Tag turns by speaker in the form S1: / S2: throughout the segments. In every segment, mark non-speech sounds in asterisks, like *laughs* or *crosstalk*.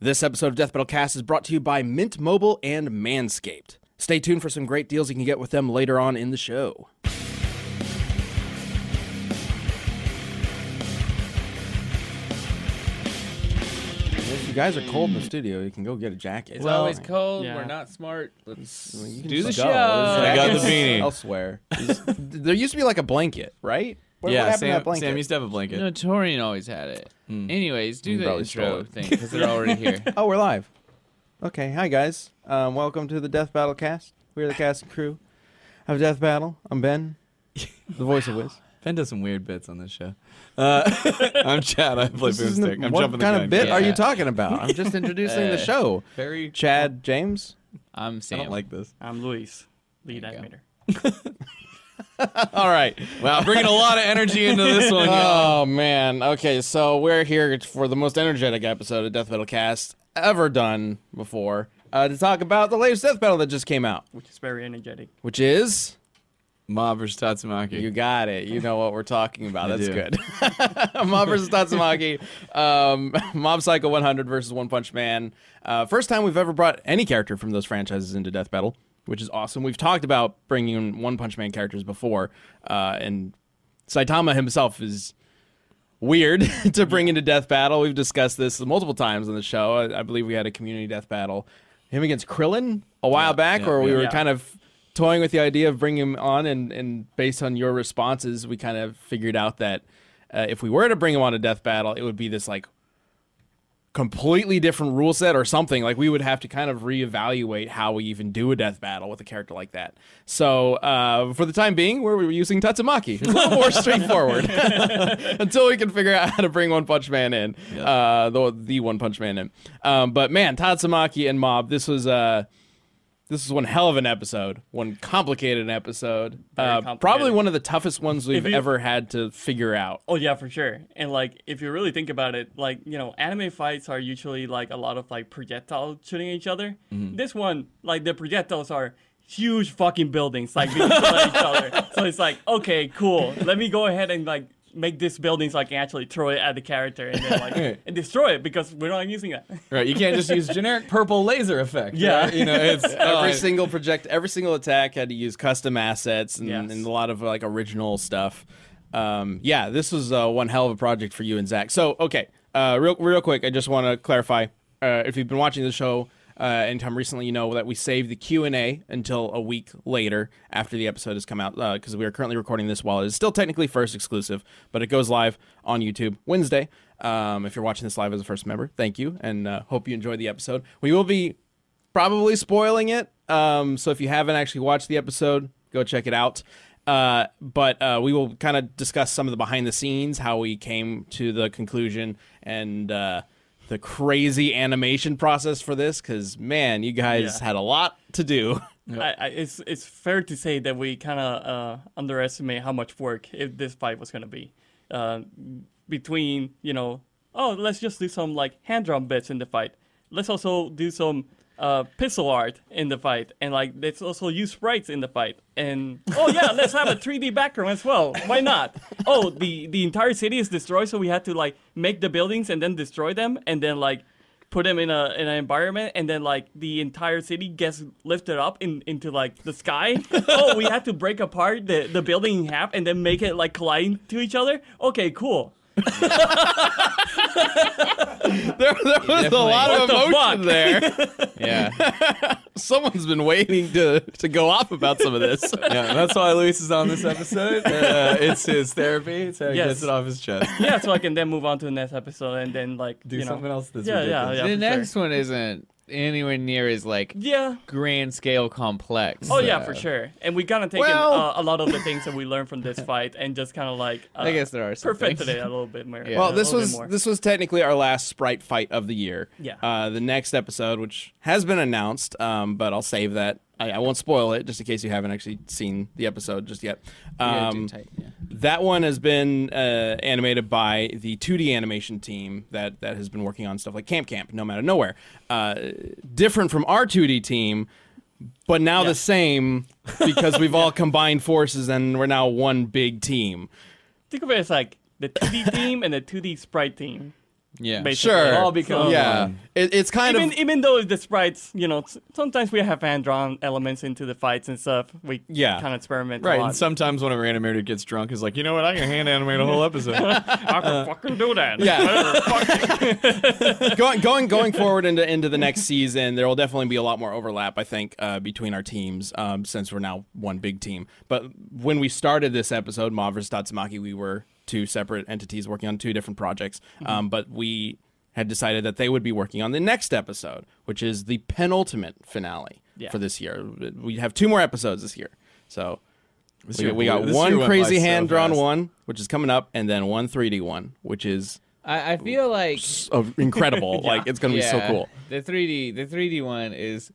S1: This episode of Death Metal Cast is brought to you by Mint Mobile and Manscaped. Stay tuned for some great deals you can get with them later on in the show. If you guys are cold in the studio, you can go get a jacket.
S2: It's always cold. We're
S3: yeah.
S2: not smart. Let's
S1: You can
S2: do the
S1: just
S2: show.
S1: go.
S4: I got the
S1: Jackets
S4: beanie.
S1: Elsewhere. *laughs* there used to be like a blanket, right? What, what
S4: yeah,
S1: happened
S4: Sam,
S1: to that blanket?
S4: Sam used to have a blanket.
S2: No, Torian always had it. Anyways, do
S1: You
S2: the
S1: probably stole
S2: intro
S1: it.
S2: thing because they're already here.
S1: Oh, we're live. Okay, hi guys. Um, welcome to the Death Battle cast. We're the cast and crew of Death Battle. I'm *laughs* Ben, the voice of Wiz.
S4: Ben does some weird bits on this show. Uh, *laughs* I'm Chad. I play
S1: This isn't
S4: Boomstick.
S1: a-
S4: I'm
S1: what
S4: jumping
S1: kind
S4: the gun.
S1: of bit
S2: Yeah.
S1: are you talking about? I'm *laughs* just introducing the
S2: Uh,
S1: show.
S4: Very.
S1: Chad, James.
S2: I'm
S4: I
S2: Sam.
S4: don't like this.
S3: I'm Luis, lead
S2: There you
S3: actor.
S1: All right.
S4: Wow, bringing a lot of energy into this one. y'all.
S1: Oh man. Okay, so we're here for the most energetic episode of Death Battle Cast ever done before uh, to talk about the latest Death Battle that just came out,
S3: which is very energetic.
S1: which is
S4: Mob versus Tatsumaki.
S1: You got it. You know what we're talking about.
S4: I
S1: That's
S4: do.
S1: good. *laughs* Mob versus Tatsumaki. Um, *laughs* Mob Psycho 100 versus One Punch Man. Uh, first time we've ever brought any character from those franchises into Death Battle, which is awesome. We've talked about bringing in One Punch Man characters before, uh, and Saitama himself is weird *laughs* to bring into Death Battle. We've discussed this multiple times on the show. I, I believe we had a community Death Battle. Him against Krillin a while back,
S4: yeah,
S1: where we
S4: yeah.
S1: were
S3: Yeah.
S1: kind of toying with the idea of bringing him on, and, and based on your responses, we kind of figured out that uh, if we were to bring him on a Death Battle, it would be this like completely different rule set or something. Like we would have to kind of reevaluate how we even do a death battle with a character like that. So uh, for the time being, we're, we're using
S3: *laughs*
S1: Tatsumaki. It's a little more straightforward *laughs* until we can figure out how to bring One Punch Man in, uh, the the One Punch Man in. Um, but man, Tatsumaki and Mob, this was Uh, this was one hell of an episode, one complicated episode.
S3: Very
S1: Uh,
S3: complicated.
S1: probably one of the toughest ones we've
S3: you-
S1: ever had to figure out.
S3: Oh yeah, for sure. And like, if you really think about it, like you know, anime fights are usually like a lot of like projectile shooting each other.
S4: Mm-hmm.
S3: This one, like the projectiles are huge fucking buildings, like being shot at each
S4: *laughs*
S3: other. So it's like, okay, cool. Let me go ahead and like make this building so I can actually throw it at the character and then like
S4: *laughs* Right.
S3: and destroy it because we're not using that.
S4: Right, you can't just use generic purple laser effect.
S3: Yeah.
S4: right? you know
S1: *laughs*
S4: it's
S1: every
S4: uh,
S1: single project every single attack had to use custom assets and,
S3: Yes.
S1: and a lot of like original stuff um, yeah this was uh, one hell of a project for you and zach so okay uh, real, real quick i just want to clarify uh, if you've been watching the show uh, anytime recently you know that we save the q&a until a week later after the episode has come out because we are currently recording this while it is still technically first exclusive but it goes live on youtube wednesday um, if you're watching this live as a first member thank you and uh, hope you enjoyed the episode we will be probably spoiling it. Um, so if you haven't actually watched the episode, go check it out. Uh, but uh, we will kind of discuss some of the behind the scenes, how we came to the conclusion, and uh, the crazy animation process for this. Because man, you guys
S3: Yeah.
S1: had a lot to do. *laughs*
S3: I, I, it's it's fair to say that we kind of uh, underestimate how much work if this fight was going to be uh, between you know oh let's just do some like hand drawn bits in the fight let's also do some uh, pixel art in the fight and like let's also use sprites in the fight and oh yeah *laughs* let's have a 3D background as well why not oh the the entire city is destroyed so we had to like make the buildings and then destroy them and then like put them in a in an environment and then like the entire city gets lifted up in, into like the sky oh we have to break apart the, the building in half and then make it like collide to each other okay cool
S1: there, there was a lot of
S3: What the
S1: emotion
S3: fuck?
S1: there.
S3: *laughs*
S4: yeah,
S1: *laughs* Someone's been waiting to to go off about some of
S3: *laughs*
S1: this.
S4: yeah. That's why Luis is on this episode. Uh, it's his therapy. It's how he
S3: Yes.
S4: gets it off his chest.
S3: yeah so i can then move on to the next episode and then like
S4: Do
S3: you know
S4: something else that's
S3: yeah, yeah
S4: ridiculous.
S3: yeah
S2: the
S3: for
S2: next
S3: sure.
S2: one isn't anywhere near as like
S3: yeah
S2: grand scale complex.
S3: oh yeah
S2: so-
S4: Uh,
S3: for sure and we kind of taken
S1: Well-
S3: uh, a lot of the things that we learned from this fight and just kind of like uh,
S2: I guess there are some
S3: perfected
S2: things.
S3: it a little bit more
S2: Yeah.
S1: Well,
S3: a
S1: this
S3: little bit
S1: was
S3: more.
S1: this was technically our last sprite fight of the year.
S3: Yeah.
S1: Uh, the next episode, which has been announced, um, but I'll save that. I, I won't spoil it, just in case you haven't actually seen the episode just yet.
S2: Yeah,
S1: Um,
S2: dude, tight, yeah.
S1: that one has been uh, animated by the 2D animation team that, that has been working on stuff like Camp Camp, No Matter Nowhere. Uh, different from our 2D team, but now
S3: Yeah.
S1: the same because we've all *laughs* combined forces and we're now one big team.
S3: think of it as like the 2d team and the 2d sprite team
S2: Yeah.
S3: basically.
S1: Sure.
S4: all become
S3: So-
S1: yeah,
S4: one.
S1: it, it's kind
S3: even
S1: of
S3: even though the sprites, you know, s- sometimes we have hand drawn elements into the fights and stuff. We
S1: Yeah.
S3: kind of experiment
S4: Right,
S3: a lot.
S4: and sometimes when a random animator gets drunk, is like, you know what? I can hand animate a *laughs* whole episode.
S3: I can fucking do that.
S1: yeah.
S4: *laughs*
S1: going going going forward into into the next season, there will definitely be a lot more overlap. I think uh, between our teams um, since we're now one big team. But when we started this episode, Mob versus Tatsumaki, we were two separate entities working on two different projects.
S4: Mm-hmm.
S1: Um, but we had decided that they would be working on the next episode, which is the penultimate finale
S3: Yeah.
S1: for this year. We have two more episodes this year, so.
S4: This
S1: We,
S4: year
S1: we
S4: blew-
S1: got
S4: this year
S1: one
S4: went by
S1: crazy
S4: so
S1: hand drawn
S4: fast.
S1: one, which is coming up, and then one 3D one, which is
S2: I, I feel like
S1: so *laughs* incredible. Like it's gonna be so
S2: yeah,
S1: cool.
S2: The 3D, the 3D one is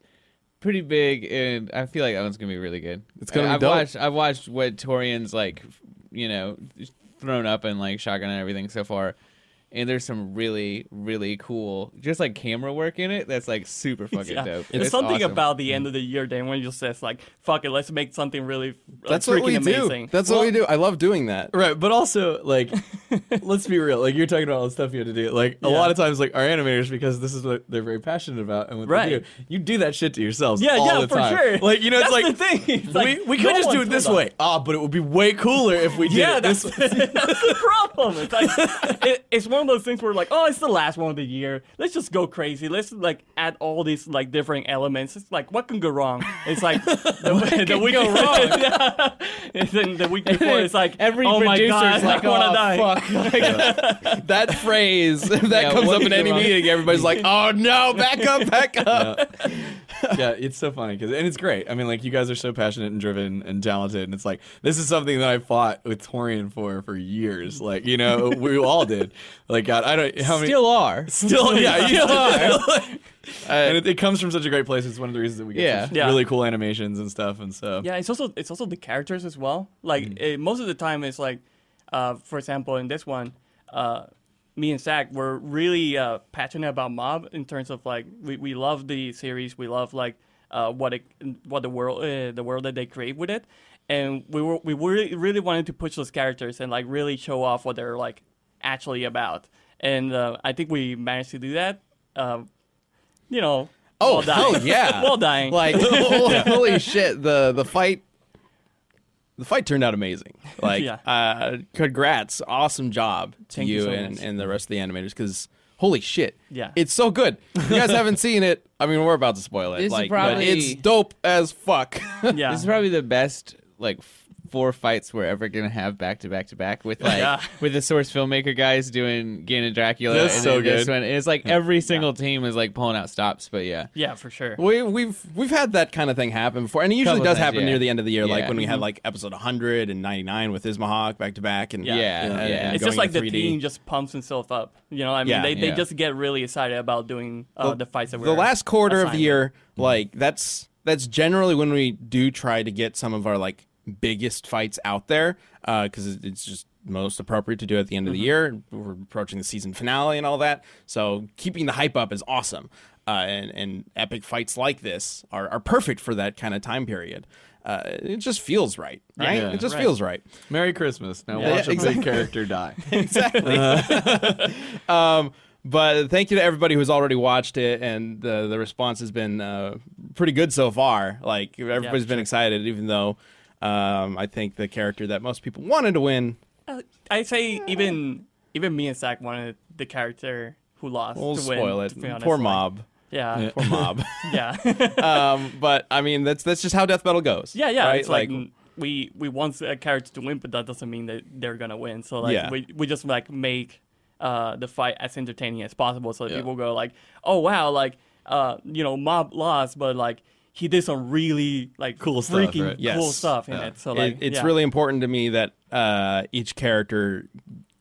S2: pretty big, and I feel like that one's gonna be really good.
S1: It's gonna be
S2: I've
S1: dope.
S2: watched. I've watched what Torian's like, you know, thrown up and like shotgun and everything so far. And there's some really, really cool, just like camera work in it. That's
S1: *laughs*
S2: like super fucking
S3: *laughs* Yeah.
S2: dope.
S3: There's
S2: It's
S3: something
S2: awesome.
S3: about
S4: Mm.
S3: the end of the year that everyone just says like, "Fuck it, let's make something really like,
S1: That's
S3: freaking
S1: what we
S3: amazing."
S1: do. That's what we do. I love doing that.
S4: Right, but also *laughs* like, let's be real. Like you're talking about all the stuff you had to do. Like a lot of times, like our animators, because this is what they're very passionate about and what they
S3: Right.
S4: do. You do that shit to yourselves.
S3: yeah,
S4: all
S3: yeah,
S4: the
S3: for
S4: time.
S3: sure.
S4: Like you know,
S3: that's
S4: it's
S3: the
S4: like.
S3: thing. It's
S4: we
S3: like,
S4: we
S3: no
S4: could just do
S3: one
S4: it this
S3: told us.
S4: way. Ah, but it would be way cooler if we did
S3: Yeah,
S4: it
S3: that's,
S4: this
S3: *laughs* that's
S4: way.
S3: the problem.
S2: *laughs*
S3: It's like it, it's one of those things where like, oh, it's the last one of the year. Let's just go crazy. Let's like add all these like different elements. It's like what can go wrong?
S2: *laughs*
S3: It's like the, the week
S2: go wrong?
S3: *laughs* yeah. And then the week before, it's like
S2: Every
S3: oh my
S2: producer's
S3: god, *laughs*
S2: like,
S3: I wanna
S2: oh,
S3: die.
S2: fuck.
S1: *laughs*
S2: Like,
S1: That phrase *laughs* that
S2: Yeah,
S1: comes
S2: what
S1: up in
S2: is
S1: any
S2: wrong?
S1: meeting, everybody's like, "Oh no, back up, back up."
S4: yeah, it's so funny because and it's great. I mean, like you guys are so passionate and driven and talented, and it's like this is something that I fought with Torian for for years. Like you know, we all did. Like God, I don't how many
S2: still *laughs* are.
S4: *laughs* still yeah, you
S3: Still
S4: are. and it, it comes from such a great place. It's one of the reasons that we get
S2: Yeah.
S4: such
S3: Yeah.
S4: really cool animations and stuff, and so *laughs*
S3: Yeah, it's also it's also the characters as well. Like
S1: Mm.
S3: eh, most of the time, it's like, uh, for example, in this one, uh, me and Zach were really uh, passionate about Mob in terms of like we, we love the series, we love like uh, what it, what the world uh, the world that they create with it, and we were we really really wanted to push those characters and like really show off what they're like actually about, and uh, I think we managed to do that. Um, you know.
S1: Oh
S3: while dying.
S1: hell yeah!
S3: *laughs* while dying.
S1: Like holy shit, the the fight the fight turned out
S4: *laughs*
S1: amazing. Like
S3: Yeah.
S1: uh congrats, awesome job to
S3: Thank you so
S1: and,
S3: much.
S1: and the rest of the animators cuz holy shit.
S3: Yeah.
S1: It's so good. If *laughs* you guys haven't seen it, I mean we're about to spoil it.
S2: This is
S1: like but
S2: probably-
S1: it's dope as *laughs* fuck.
S3: yeah.
S2: This is probably the best like f- four fights we're ever gonna have back to back to back with like
S3: Yeah.
S2: with the source filmmaker guys doing Ganon Dracula.
S4: That's
S2: and
S4: so
S2: then This
S4: good.
S2: one it's like every single team is like pulling out stops, but yeah.
S3: yeah, for sure.
S1: We, we've we've had that kind of thing happen before, and it usually
S2: Couple
S1: does
S2: times,
S1: happen
S2: yeah.
S1: near the end of the year, like
S2: Yeah.
S1: when we had like episode 100 and 99 with Ismahawk back to back, and
S3: Yeah. Yeah,
S1: and-
S2: yeah.
S1: and
S3: it's
S1: going
S3: just like
S1: to
S3: the
S1: 3D.
S3: team just pumps himself up. You know, I mean,
S1: Yeah.
S3: they, they
S2: Yeah.
S3: just get really excited about doing uh, the, fights that we're Mm-hmm.
S1: the last quarter of the
S3: assignment.
S1: year like that's that's generally when we do try to get some of our like biggest fights out there because it's just most appropriate to do at the end of
S3: Mm-hmm.
S1: the year we're approaching the season finale and all that so keeping the hype up is awesome uh, and and epic fights like this are, are perfect for that kind of time period uh, it just feels right right
S4: Yeah.
S1: it just
S3: Right.
S1: feels right
S4: Merry Christmas. Now
S1: Yeah,
S4: watch
S1: yeah,
S4: a big
S1: *laughs*
S4: character die.
S1: exactly. um, but thank you to everybody who's already watched it, and the the response has been uh, pretty good so far. Like everybody's
S3: for
S1: been excited, even though um, I think the character that most people wanted to win
S3: Uh, I say even even me and Zach wanted the character who lost
S1: will
S3: to win.
S1: spoil
S3: to
S1: it.
S3: be honest.
S1: Poor
S3: Like,
S1: mob.
S3: yeah,
S1: Poor mob. *laughs*
S3: yeah, *laughs*
S1: um, but I mean, that's that's just how death battle goes.
S3: yeah, yeah.
S1: Right?
S3: It's like, mm, we we want a character to win, but that doesn't mean that they're gonna win. So like
S1: Yeah.
S3: we we just like make uh, the fight as entertaining as possible, so that
S4: Yeah.
S3: people go like, oh wow, like uh, you know, mob lost, but like. He did some really like
S4: Cool stuff,
S3: freaking
S4: right?
S3: cool
S1: Yes.
S3: stuff in
S4: Yeah.
S3: it. So
S1: It-
S3: like,
S1: it's
S3: yeah.
S1: really important to me that uh, each character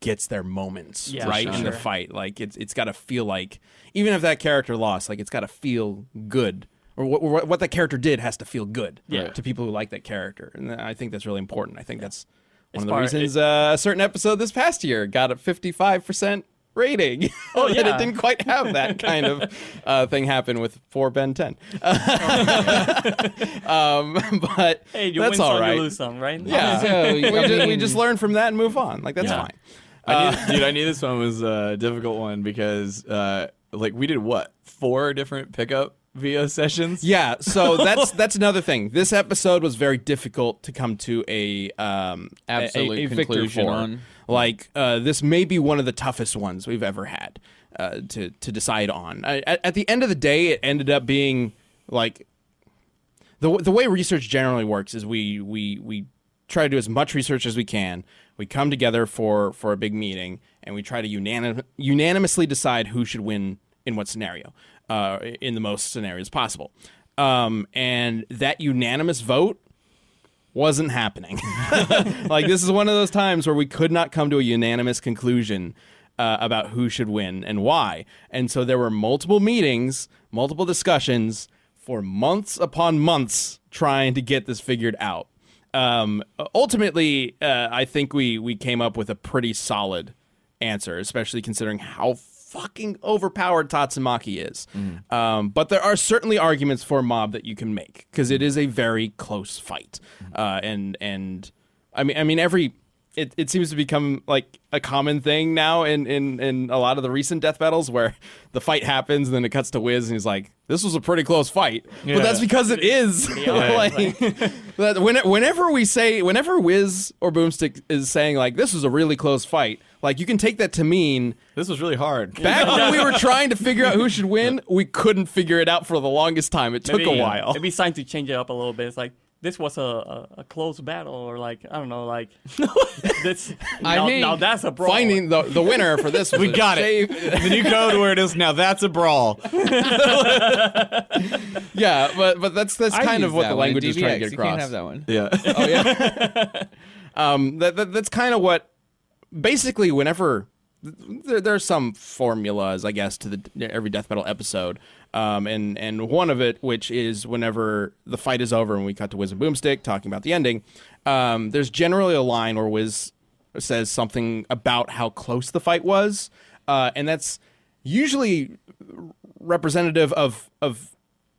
S1: gets their moments
S3: Yeah,
S1: right
S3: for
S1: in the
S3: sure.
S1: fight. Like it's it's got to feel like even if that character lost, like it's got to feel good. Or what, what what that character did has to feel good
S3: Yeah.
S1: to people who like that character, and I think that's really important. I think that's one
S3: It's
S1: of the
S3: part-
S1: reasons uh, a certain episode this past year got a fifty five percent rating. *laughs*
S3: Oh,
S1: That
S3: yeah.
S1: it didn't quite have
S3: *laughs*
S1: that kind of uh, thing happen with four Ben ten. *laughs* um, but
S3: Hey, you
S1: that's
S3: win
S1: all
S3: some,
S1: right.
S3: you lose some, right?
S1: Yeah.
S2: *laughs* So,
S1: we,
S2: I
S1: just, we
S2: mean-
S1: just learn from that and move on. Like that's
S3: Yeah.
S1: fine.
S4: I knew, dude, I *laughs* knew this one was a difficult one because, uh, like, we did what four different pickup VO sessions.
S1: Yeah,
S2: *laughs*
S1: so that's that's another thing. This episode was very difficult to come to a um a- a-
S2: Absolute
S1: a victor
S2: conclusion
S1: for.
S2: on.
S1: Like uh, this may be one of the toughest ones we've ever had uh, to to decide on. I, at, at the end of the day, it ended up being like the w- the way research generally works is we we we try to do as much research as we can. We come together for for a big meeting and we try to unanim- unanimously decide who should win in what scenario, uh, in the most scenarios possible. Um, and that unanimous vote wasn't happening. *laughs* like this is one of those times where we could not come to a unanimous conclusion uh, about who should win and why. And so there were multiple meetings, multiple discussions for months upon months trying to get this figured out. Um, ultimately, uh, I think we we came up with a pretty solid answer, especially considering how fucking overpowered Tatsumaki is. Um, but there are certainly arguments for Mob that you can make because it is a very close fight, uh, and and I mean I mean every. It, it seems to become like a common thing now in, in, in a lot of the recent death battles where the fight happens and then it cuts to Wiz and he's like, "This was a pretty close fight,"
S4: Yeah.
S1: but that's because it is. *laughs* like, that when, whenever we say, whenever Wiz or Boomstick is saying like, "This was a really close fight," like you can take that to mean
S4: This was really hard.
S1: Back when we were trying to figure out who should win, we couldn't figure it out for the longest time. It took
S3: Maybe- uh,
S1: a while.
S3: Maybe it's time to change it up a little bit. It's like this was a, a, a close battle, or like I don't know,
S1: *laughs*
S3: like this.
S2: I
S3: now,
S2: mean,
S3: now that's a brawl.
S1: Finding the, the winner for this,
S4: We got it. the new code word is now that's a brawl.
S1: Yeah, but but that's that's
S2: I
S1: kind of
S2: use
S1: what
S2: that
S1: the
S2: one in
S1: language is trying to
S2: DBX.
S1: get
S2: You
S1: across.
S2: can't have that one.
S4: *laughs* Yeah.
S1: Oh yeah. um, that, that that's kind of what. Basically, whenever there, there are some formulas, I guess, to the every death metal episode, um, and and one of it, which is whenever the fight is over and we cut to Wiz and Boomstick talking about the ending, um, there's generally a line where Wiz says something about how close the fight was, uh, and that's usually representative of of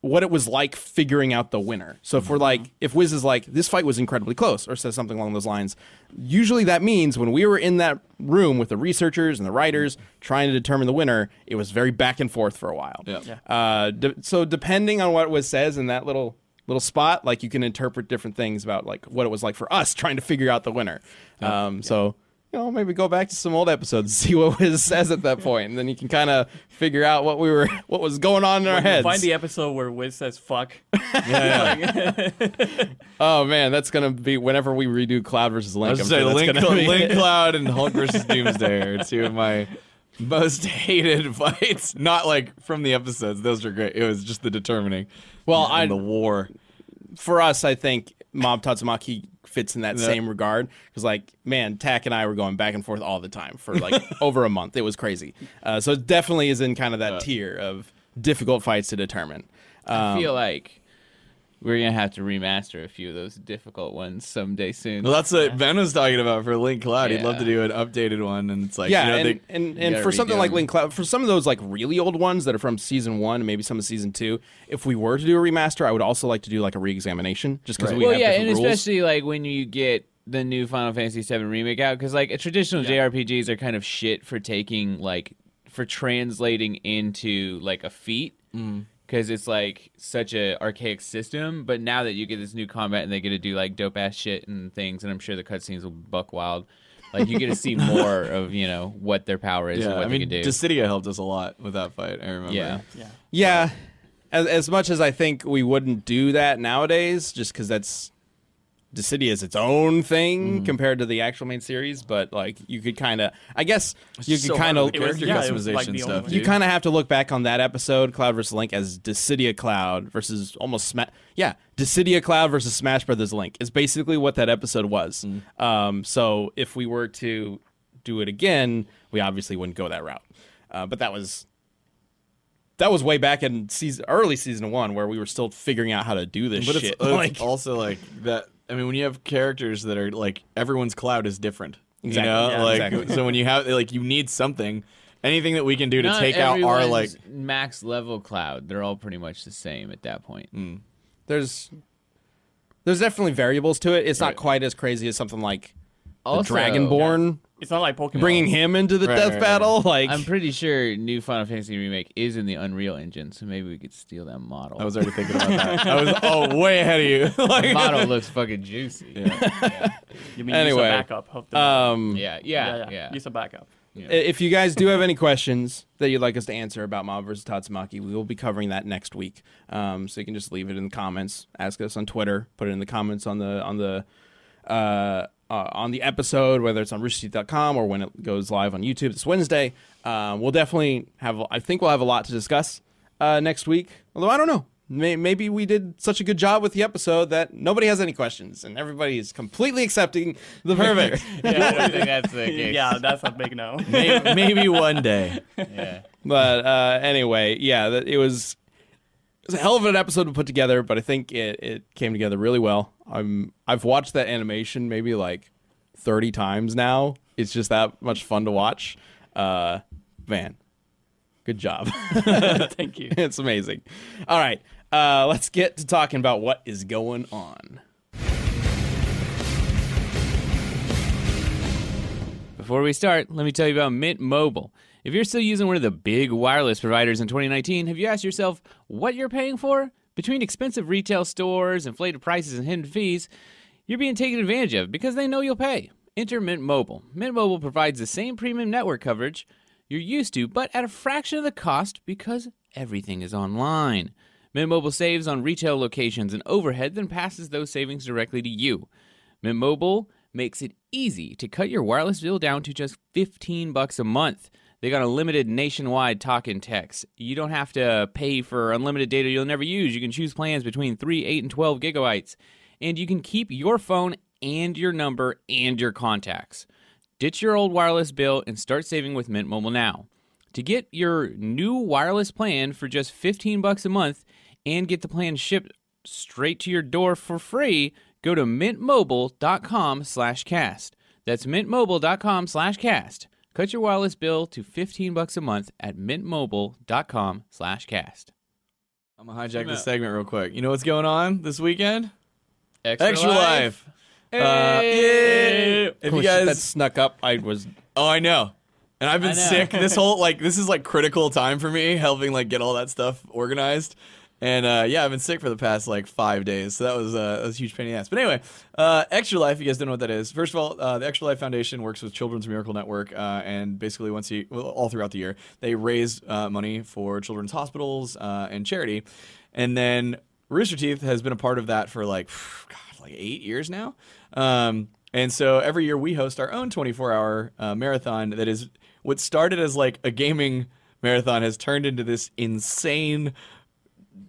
S1: what it was like figuring out the winner. So if we're like, if Wiz is like, this fight was incredibly close, or says something along those lines, usually that means when we were in that room with the researchers and the writers trying to determine the winner, it was very back and forth for a while.
S4: Yeah.
S1: Uh, de- so depending on what Wiz says in that little little spot, like you can interpret different things about like what it was like for us *laughs* trying to figure out the winner. Um, so. You know, maybe go back to some old episodes, *laughs* and see what Wiz says at that point, and then you can kind of figure out what we were, *laughs* what was going on in our
S3: When you
S1: heads.
S3: Find the episode where Wiz says "fuck."
S1: Oh man, that's gonna be whenever we redo Cloud versus
S4: I
S1: Link.
S4: was
S1: I'm
S4: gonna say
S1: sure that's
S4: Link,
S1: gonna be-
S4: Link Cloud and Hulk versus Doomsday are two of my most *laughs* hated fights. Not like from the episodes; those were great. It was just the determining.
S1: Well,
S4: and
S1: I-
S4: the war.
S1: For us, I think Mob Tatsumaki fits in that same regard because, like, man, Tak and I were going back and forth all the time for like
S4: *laughs*
S1: over a month. It was crazy. Uh, so it definitely is in kind of that tier of difficult fights to determine.
S2: I
S1: Um,
S2: feel like we're gonna have to remaster a few of those difficult ones someday soon.
S4: Well, that's what Ben was talking about for Link Cloud. He'd love to
S2: Yeah.
S4: do an updated one, and it's like
S1: yeah,
S4: you know,
S1: and,
S4: they-
S1: and,
S2: you
S1: and
S2: gotta
S1: for something
S2: redo
S1: like
S2: them.
S1: Link Cloud, for some of those like really old ones that are from season one, and maybe some of season two, if we were to do a remaster, I would also like to do like a re-examination just because
S4: Right.
S1: we
S2: well,
S1: have
S2: yeah, and
S1: different rules.
S2: especially like when you get the new Final Fantasy VII remake out, because like traditional JRPGs are kind of shit for taking like for translating into like a feat,
S4: Mm.
S2: because it's like such a archaic system. But now that you get this new combat and they get to do like dope ass shit and things, and I'm sure the cutscenes will buck wild. Like you get to
S4: *laughs*
S2: see more of you know what their power is and
S4: yeah.
S2: what
S4: I
S2: they
S4: mean,
S2: can do.
S4: Dissidia helped us a lot with that fight. I remember.
S2: yeah.
S3: Yeah.
S1: Yeah, as, as much as I think we wouldn't do that nowadays, just because that's Dissidia is its own thing compared to the actual main series. But like, you could kind of, I guess, you could kind of.
S3: It was-
S4: character
S3: yeah, it was
S4: customization
S3: like the only
S4: stuff.
S3: one.
S1: You
S4: dude.
S1: kind of have to look back on that episode, Cloud versus Link, as Dissidia Cloud versus almost Smash. Yeah, Dissidia Cloud versus Smash Brothers Link is basically what that episode was.
S4: Mm.
S1: Um, so if we were to do it again, we obviously wouldn't go that route. Uh, but that was that was way back in season early season one where we were still figuring out how to do this
S4: but it's,
S1: shit. *laughs*
S4: it's
S1: like,
S4: also like that. I mean, when you have characters that are like everyone's cloud is different,
S1: Exactly.
S4: you know,
S1: Yeah,
S4: like
S1: exactly.
S4: so when you have like you need something, anything that we can do to
S2: Not
S4: take out our
S2: everyone's
S4: like
S2: max level cloud. They're all pretty much the same at that point.
S4: Mm.
S1: there's there's definitely variables to it. It's not quite as crazy as something like
S2: also,
S1: Dragonborn,
S3: It's not like Pokemon.
S1: bringing him into the
S4: Right,
S1: death
S4: right, right.
S1: battle. Like,
S2: *laughs* I'm pretty sure new Final Fantasy remake is in the Unreal Engine, so maybe we could steal that model.
S4: I was already thinking
S1: *laughs*
S4: about that. I was oh way ahead of you. *laughs*
S2: the *laughs*
S4: Like-
S2: model looks fucking juicy. Yeah,
S3: You mean
S1: Anyway.
S3: use a backup of the.
S1: um,
S2: yeah,
S3: yeah,
S2: yeah.
S3: yeah, Use a backup.
S1: i- if you guys do have any questions that you'd like us to answer about Mob versus Tatsumaki, we will be covering that next week. Um, so you can just leave it in the comments, ask us on Twitter, put it in the comments on the on the uh, uh, on the episode, whether it's on roosterteeth.com or when it goes live on YouTube this Wednesday. Um, we'll definitely have, I think we'll have a lot to discuss uh, next week. Although I don't know. May- Maybe we did such a good job with the episode that nobody has any questions and everybody is completely accepting the perfect.
S2: I don't think that's
S3: *laughs*
S2: the case.
S3: Yeah, that's a big no. *laughs*
S4: maybe, maybe one day.
S2: yeah.
S1: but uh, anyway, yeah, that- it was it was a hell of an episode to put together, but I think it, it came together really well. I'm I've watched that animation maybe like thirty times now. It's just that much fun to watch. Uh, man, good job. *laughs*
S3: Thank you.
S1: it's amazing. All right, uh, let's get to talking about what is going on.
S2: Before we start, let me tell you about Mint Mobile. If you're still using one of the big wireless providers in 2019, have you asked yourself what you're paying for? Between expensive retail stores, inflated prices, and hidden fees, you're being taken advantage of because they know you'll pay. Enter Mint Mobile. Mint Mobile provides the same premium network coverage you're used to, but at a fraction of the cost because everything is online. Mint Mobile saves on retail locations and overhead, then passes those savings directly to you. Mint Mobile makes it easy to cut your wireless bill down to just 15 bucks a month. They got unlimited nationwide talk and text. You don't have to pay for unlimited data you'll never use. You can choose plans between 3, 8, and 12 gigabytes. And you can keep your phone and your number and your contacts. Ditch your old wireless bill and start saving with Mint Mobile now. To get your new wireless plan for just 15 bucks a month and get the plan shipped straight to your door for free, go to mintmobile.com slash cast. That's mintmobile.com slash cast. Cut your wireless bill to 15 bucks a month at mintmobile.com slash cast.
S4: I'm gonna hijack this segment real quick. You know what's going on this weekend?
S2: Extra,
S4: Extra Life. Uh,
S2: Hey!
S4: yay! If
S1: Oh,
S4: you
S1: shit, that
S4: guys,
S1: snuck up, I was
S4: oh, I know. And I've
S2: I
S4: been
S2: know.
S4: sick this
S2: *laughs*
S4: whole like this is like critical time for me helping like get all that stuff organized. And uh, yeah, I've been sick for the past like five days, so that was, uh, that was a huge pain in the ass. But anyway, uh, Extra Life, if you guys don't know what that is. First of all, uh, the Extra Life Foundation works with Children's Miracle Network, uh, and basically once you well, all throughout the year, they raise uh, money for children's hospitals uh, and charity. And then Rooster Teeth has been a part of that for like *sighs* God, like eight years now. Um, and so every year we host our own 24 hour uh, marathon that is what started as like a gaming marathon has turned into this insane,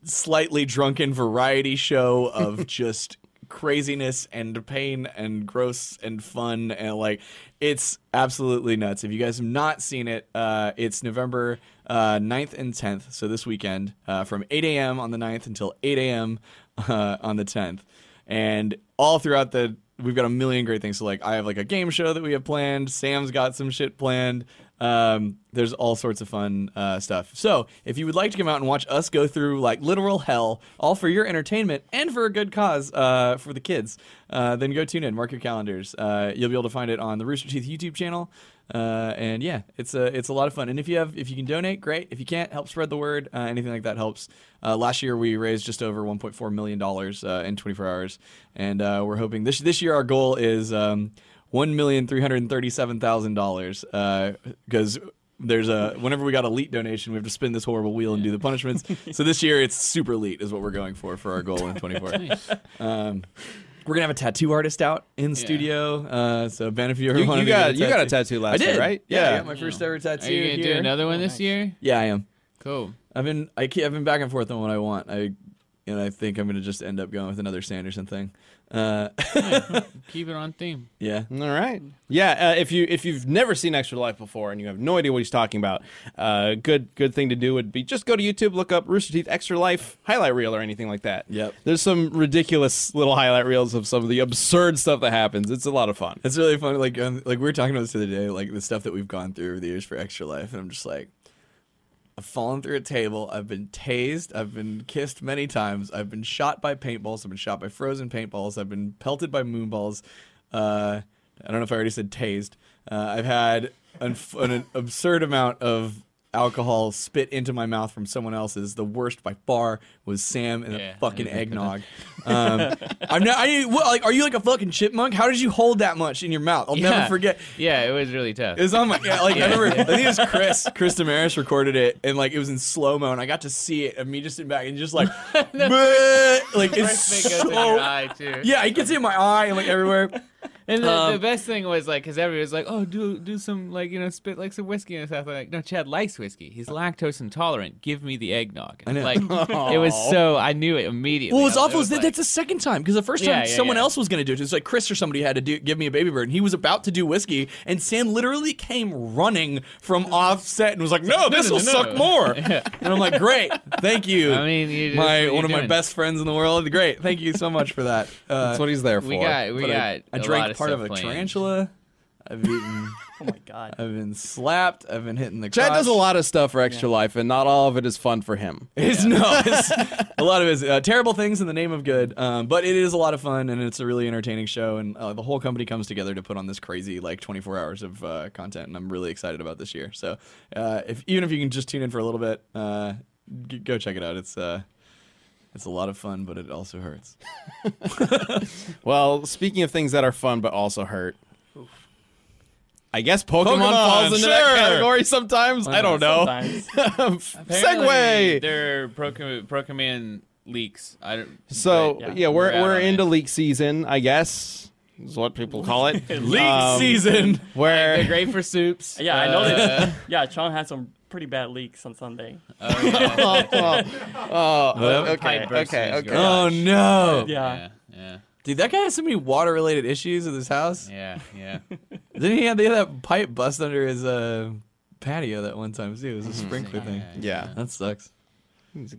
S4: slightly drunken variety show of just craziness and pain and gross and fun and like it's absolutely nuts if you guys have not seen it uh, it's november uh, 9th and 10th so this weekend uh, from 8 a.m on the 9th until 8 a.m uh, on the 10th and all throughout the we've got a million great things so like i have like a game show that we have planned sam's got some shit planned um, there's all sorts of fun uh, stuff so if you would like to come out and watch us go through like literal hell all for your entertainment and for a good cause uh, for the kids uh, then go tune in mark your calendars uh, you'll be able to find it on the rooster teeth youtube channel uh, and yeah it's a it's a lot of fun and if you have if you can donate great if you can't help spread the word uh, anything like that helps uh, last year we raised just over 1.4 million dollars uh, in 24 hours and uh, we're hoping this this year our goal is um, one million three hundred thirty-seven thousand dollars. Because there's a whenever we got a elite donation, we have to spin this horrible wheel and do the punishments. so this year it's super elite is what we're going for for our goal
S1: *laughs*
S4: in 24. um, we're gonna have a tattoo artist out in the studio. Uh, so Ben, if you ever
S1: You-
S4: want
S1: you
S4: to,
S1: got- you got a tattoo last
S4: I did,
S1: year, right?
S4: Yeah,
S1: Yeah.
S4: I got my first ever tattoo.
S2: Are you going to do
S4: here. Oh,
S2: another one this year?
S4: Yeah, I am.
S2: Cool.
S4: I've been I keep, I've been back and forth on what I want. I and I think I'm gonna just end up going with another Sanderson thing. Uh, *laughs*
S2: Keep it on theme.
S4: yeah.
S1: All right. Yeah, uh, if you if you've never seen Extra Life before and you have no idea what he's talking about, uh, good good thing to do would be just go to YouTube, look up Rooster Teeth Extra Life highlight reel or anything like that.
S4: Yep.
S1: There's some ridiculous little highlight reels of some of the absurd stuff that happens. It's a lot of fun.
S4: It's really funny. Like, um, like we were talking about this the other day, like the stuff that we've gone through over the years for Extra Life, and I'm just like, I've fallen through a table. I've been tased. I've been kissed many times. I've been shot by paintballs. I've been shot by frozen paintballs. I've been pelted by moonballs. Uh, I don't know if I already said tased. Uh, I've had an, an absurd amount of alcohol spit into my mouth from someone else's. The worst by far was Sam and
S2: Yeah,
S4: the fucking
S2: I remember
S4: eggnog. Um, I'm not. I, what, like, are you like a fucking chipmunk? How did you hold that much in your mouth? I'll
S2: Yeah.
S4: never forget.
S2: Yeah, it was really tough.
S4: It was on my yeah, like I remember I think
S2: *laughs*
S4: it was Chris Chris Damaris recorded it and like it was in slow mo and I got to see it and me just sitting back and just
S2: *laughs*
S4: like bleh, like it's
S2: First thing goes in your
S4: so
S2: eye, too.
S4: yeah it gets in my eye and
S2: *laughs*
S4: like everywhere
S2: And the, the
S4: Um,
S2: best thing was like, because everyone was like, "Oh, do do some like you know spit like some whiskey and stuff." I'm like, no, Chad likes whiskey. He's lactose intolerant. Give me the eggnog. And
S4: I know.
S2: Like, it was so I knew it immediately.
S4: well what's
S2: I
S4: awful
S2: was
S4: is that
S2: like-
S4: that's the second time because the first time
S2: Yeah, yeah,
S4: someone
S2: yeah.
S4: else was gonna do it it's like Chris or somebody had to do give me a baby bird and he was about to do whiskey and Sam literally came running from offset and was like no this
S2: no,
S4: will
S2: no.
S4: suck more
S2: *laughs* Yeah.
S4: and I'm like great thank you
S2: I mean, you just- what
S4: my
S2: you
S4: one of my
S2: doing?
S4: best friends in the world great thank you so much
S2: *laughs*
S4: for that uh,
S1: That's what he's there for.
S2: We got we
S4: But
S2: got.
S4: I, I
S2: a
S4: drank
S2: lot of
S4: part of
S2: stuff
S4: a
S2: planned.
S4: tarantula. I've eaten.
S3: Oh my god.
S4: I've been slapped. I've been hitting the.
S1: Chad
S4: crotch.
S1: does a lot of stuff for Extra Life, and not all of it is fun for him.
S4: *laughs*
S2: *laughs*
S4: It's no, it's, a lot of it's uh, terrible things in the name of good. Um, but it is a lot of fun, and it's a really entertaining show. And uh, the whole company comes together to put on this crazy like 24 hours of uh, content, and I'm really excited about this year. So, uh, if even if you can just tune in for a little bit, uh, g- go check it out. It's uh, it's a lot of fun, but it also hurts.
S1: Well, speaking of things that are fun but also hurt, I guess Pokemon,
S4: Pokemon,
S1: falls into that
S4: sure.
S1: category sometimes. I don't know. *laughs*
S3: Sometimes.
S2: Apparently,
S1: Segway.
S2: There are pro, com- pro command leaks. I don't.
S1: So
S2: but-
S1: yeah,
S3: Yeah,
S1: we're
S2: we're out
S1: we're
S2: on
S1: into
S2: it.
S1: leak season, I guess is what people call it.
S4: League
S1: Um,
S4: season.
S2: they're
S1: Where
S2: *laughs* great for soups.
S3: *laughs* Yeah, I noticed.
S2: Uh,
S3: yeah, Sean had some pretty bad leaks on Sunday.
S2: oh, yeah.
S1: *laughs* oh, oh, okay,
S2: pipe burst
S1: okay,
S2: in his
S1: okay.
S2: garage.
S4: Oh no,
S3: Yeah.
S2: yeah,
S4: dude, that guy has so many water-related issues with his house.
S2: yeah, yeah.
S4: Didn't he have, they had that pipe bust under his uh, patio that one time too? It was a sprinkler thing.
S2: *laughs* yeah.
S1: Yeah,
S4: That sucks.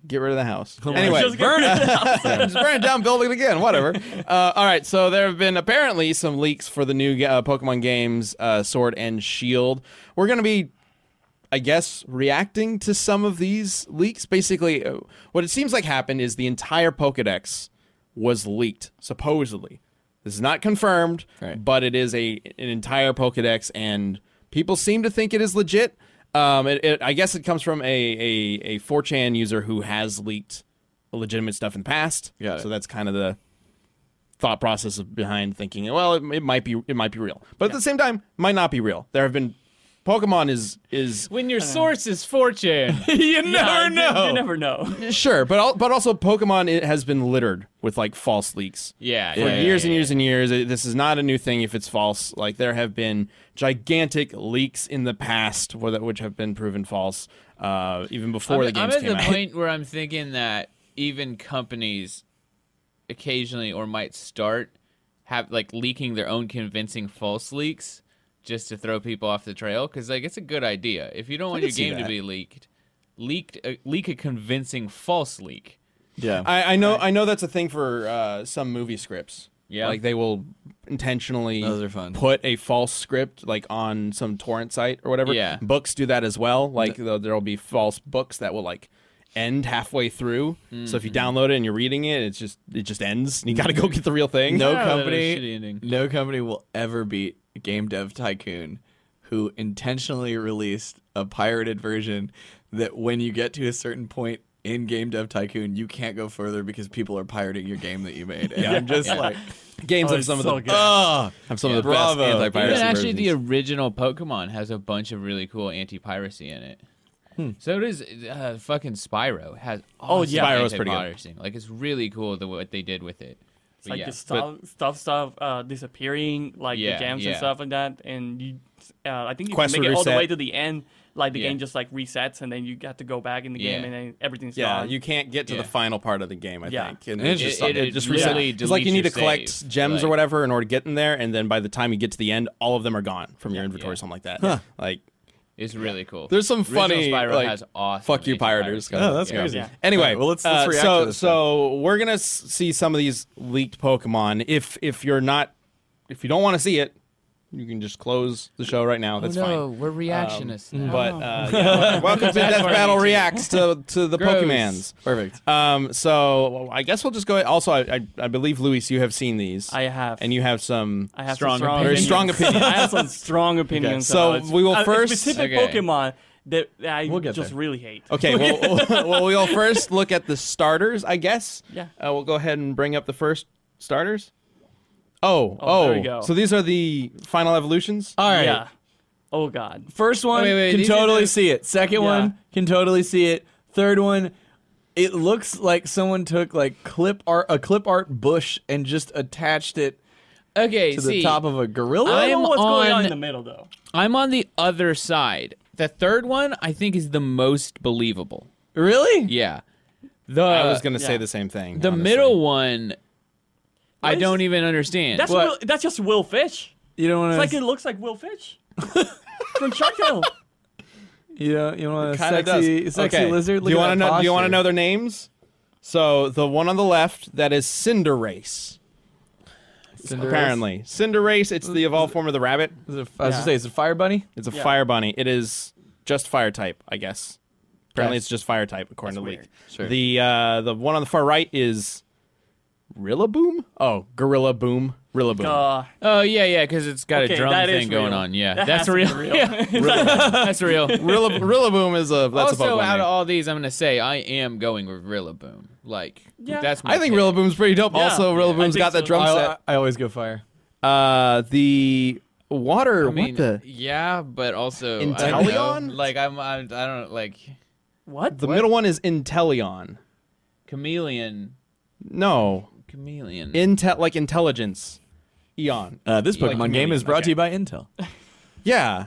S1: get rid of the house.
S4: Yeah.
S1: Anyway,
S3: Just get
S4: burn
S3: rid of *laughs* that.
S1: Yeah, *laughs* just burn it down, build it again, whatever. Uh, all right, so there have been apparently some leaks for the new uh, Pokemon games, uh, Sword and Shield. We're going to be, I guess, reacting to some of these leaks. Basically, uh, what it seems like happened is the entire Pokedex was leaked, supposedly. This is not confirmed,
S4: Right.
S1: but it is a an entire Pokedex, and people seem to think it is legit. Um, it, it, I guess it comes from a, a, a 4chan user who has leaked legitimate stuff in the past.
S4: Got it.
S1: So that's kind of the thought process of- behind thinking, well, it, it might be it might be real, but at the same time, might not be real. There have been Pokemon is is
S2: When your source is fortune.
S3: Yeah,
S4: you
S3: you- You, never know.
S1: sure, but al- but also Pokemon it has been littered with like false leaks.
S2: Yeah,
S1: for
S2: yeah,
S1: years
S2: yeah,
S1: and
S2: yeah.
S1: years and years. It- This is not a new thing if it's false. Like there have been gigantic leaks in the past where that which have been proven false, uh, even before
S2: I'm,
S1: the
S2: I'm
S1: games
S2: at
S1: came
S2: the
S1: out.
S2: point where I'm thinking that even companies occasionally or might start have like leaking their own convincing false leaks just to throw people off the trail because like it's a good idea if you don't want
S4: can
S2: your
S4: see
S2: game to
S4: that.
S2: be leaked leaked uh, leak a convincing false leak
S4: Yeah.
S1: I, I know I know that's a thing for uh, some movie scripts.
S2: Yeah.
S1: like they will intentionally
S4: Those are fun.
S1: put a false script like on some torrent site or whatever.
S2: Yeah.
S1: books do that as well. Like th- there'll be false books that will like end halfway through. So if you
S4: Mm-hmm.
S1: download it and you're reading it, it's just it just ends. And you got to go get the real thing.
S4: no
S2: *laughs* Yeah, that was a shitty
S4: company.
S2: ending.
S4: No company will ever beat Game Dev Tycoon, who intentionally released a pirated version that when you get to a certain point in Game Dev Tycoon, you can't go further because people are pirating your game that you made.
S2: *laughs*
S4: And I'm just like,
S1: games
S3: Oh,
S1: have
S3: it's
S1: some
S3: so
S1: of the
S3: good.
S4: oh,
S1: have some of the
S4: Bravo.
S1: best
S2: Even
S1: anti-piracy
S2: actually,
S1: versions.
S2: the original Pokemon has a bunch of really cool anti-piracy in it. So does uh, fucking Spyro has.
S3: Oh,
S2: awesome
S3: yeah.
S1: Spyro's pretty good.
S2: anti-piracy. Like it's really cool the what they did with it.
S3: It's
S2: But
S3: like
S2: yeah.
S3: the stuff, stuff, stuff uh, disappearing, like
S2: Yeah,
S3: the gems
S2: yeah.
S3: and stuff like that. And you, uh, I think you
S1: Quest
S3: can make it all the
S1: reset.
S3: way to the end. Like the
S2: Yeah.
S3: game just like resets, and then you got to go back in the game,
S2: Yeah.
S3: and then everything's
S1: Yeah,
S3: gone.
S1: Uh, you can't get to
S2: Yeah.
S1: the final part of the game. I
S3: Yeah.
S1: think. And
S4: It-
S1: just
S2: it- it
S1: just
S2: literally
S1: reset. It's like you
S2: deletes
S1: need to
S2: your
S1: collect
S2: save.
S1: gems or
S2: Like-
S1: whatever in order to get in there, and then by the time you get to the end, all of them are gone from your inventory,
S2: Yeah.
S1: or something like that. Like
S2: It's really cool.
S1: there's some
S2: Original
S1: funny
S2: Spyro
S1: like
S2: has awesome
S1: fuck you
S2: anti-piracy.
S1: piraters. kind
S4: oh,
S1: of-
S4: that's
S1: yeah.
S4: crazy.
S3: Yeah.
S1: Anyway,
S4: Alright, well, let's, let's
S1: uh,
S4: react
S1: so
S4: to this. then.
S1: so we're gonna s- see some of these leaked Pokemon. If if you're not if you don't want to see it, You can just close the show right
S2: Oh,
S1: now. That's fine.
S5: no, we're
S2: Um,
S5: reactionists. now.
S1: But uh,
S2: *laughs*
S1: yeah, welcome to Death Battle Reacts to, to the
S2: Gross.
S1: Pokemans.
S4: Perfect.
S1: Um, so well, I guess we'll just go. Ahead. Also, I, I, I believe Luis, you have seen these,
S3: I have.
S1: and you have some.
S3: I have
S2: Strong
S3: some strong
S1: opinions. Very strong opinions.
S3: *laughs* I have
S2: *laughs*
S3: some strong opinions.
S1: So
S3: about it.
S1: we will
S3: A- a
S1: first-
S3: specific
S2: Okay.
S3: Pokemon that I
S4: We'll get
S3: just
S4: there.
S3: really hate.
S1: Okay,
S3: *laughs*
S1: well, well, we'll first look at the starters, I guess.
S3: Yeah.
S1: Uh, we'll go ahead and bring up the first starters. Oh,
S3: Oh,
S1: oh,
S3: there we go.
S1: so these are the final evolutions.
S4: All right.
S3: Yeah. Oh God.
S4: First one
S2: Wait, wait,
S4: can
S2: these are
S4: totally
S2: the-
S4: see it. Second
S3: Yeah.
S4: one can totally see it. Third one, it looks like someone took like clip art, a clip art bush, and just attached it
S2: Okay,
S4: to
S2: see,
S4: the top of a gorilla.
S3: I don't
S2: I'm
S3: know what's going
S2: on-
S3: on in the middle though.
S2: I'm on the other side. The third one I think is the most believable.
S4: Really?
S2: Yeah. The
S1: I was gonna
S3: yeah.
S1: say the same thing.
S2: the
S1: honestly.
S2: middle one I
S3: is-
S2: don't even understand.
S3: That's
S4: What?
S3: Will, that's just Will Fish.
S4: You don't want
S3: It's
S4: to.
S3: like it looks like Will *laughs* Fish from Shark Tale.
S4: you don't. You want a
S1: Kinda
S4: sexy,
S1: does.
S4: sexy
S1: Okay.
S4: lizard.
S1: Do you
S4: want to
S1: wanna know? Do you want to know their names? So the one on the left that is Cinderace. Apparently, Cinderace. It's the evolved form of the rabbit.
S4: Is it, a- I was
S3: Yeah.
S4: gonna say, is it a fire bunny?
S1: It's a
S3: Yeah.
S1: fire bunny. It is just fire type, I guess. Apparently,
S4: Yes.
S1: it's just fire type according
S3: That's
S1: to the leak.
S3: weird.
S4: Sure.
S1: The uh, the one on the far right is Rilla Boom. Oh, Gorilla Boom, Rilla Boom.
S3: Uh,
S2: oh yeah, yeah, because it's got
S3: okay,
S2: a drum
S3: that is
S2: thing going
S3: real.
S2: on. Yeah,
S3: That
S2: that's
S3: has to be
S2: real. Yeah, *laughs* that's real.
S1: Rilla, Rilla Boom is a that's a
S2: also,
S1: Pokemon
S2: out
S1: name.
S2: of all these, I'm gonna say I am going with Rillaboom. Like,
S3: Yeah.
S2: that's my
S1: I think
S2: pick.
S1: Rilla Boom's pretty dope.
S3: Yeah.
S1: also, Rilla
S3: I
S1: Boom's
S3: think
S1: got that
S3: so.
S1: drum
S4: I,
S1: set.
S4: I always go fire.
S1: Uh, the water.
S2: I mean,
S1: what the?
S2: yeah, but also
S1: Inteleon?
S2: I don't know. Like, I'm, I'm, I am i i do not like
S3: *laughs* what?
S1: The middle one is Intellion.
S2: chameleon,
S1: No,
S2: chameleon.
S1: Intel like intelligence. Eon.
S4: Uh, this
S2: Yeah, like
S4: Pokemon game is
S2: chameleon,
S4: brought
S2: okay.
S4: to you by Intel.
S1: Yeah,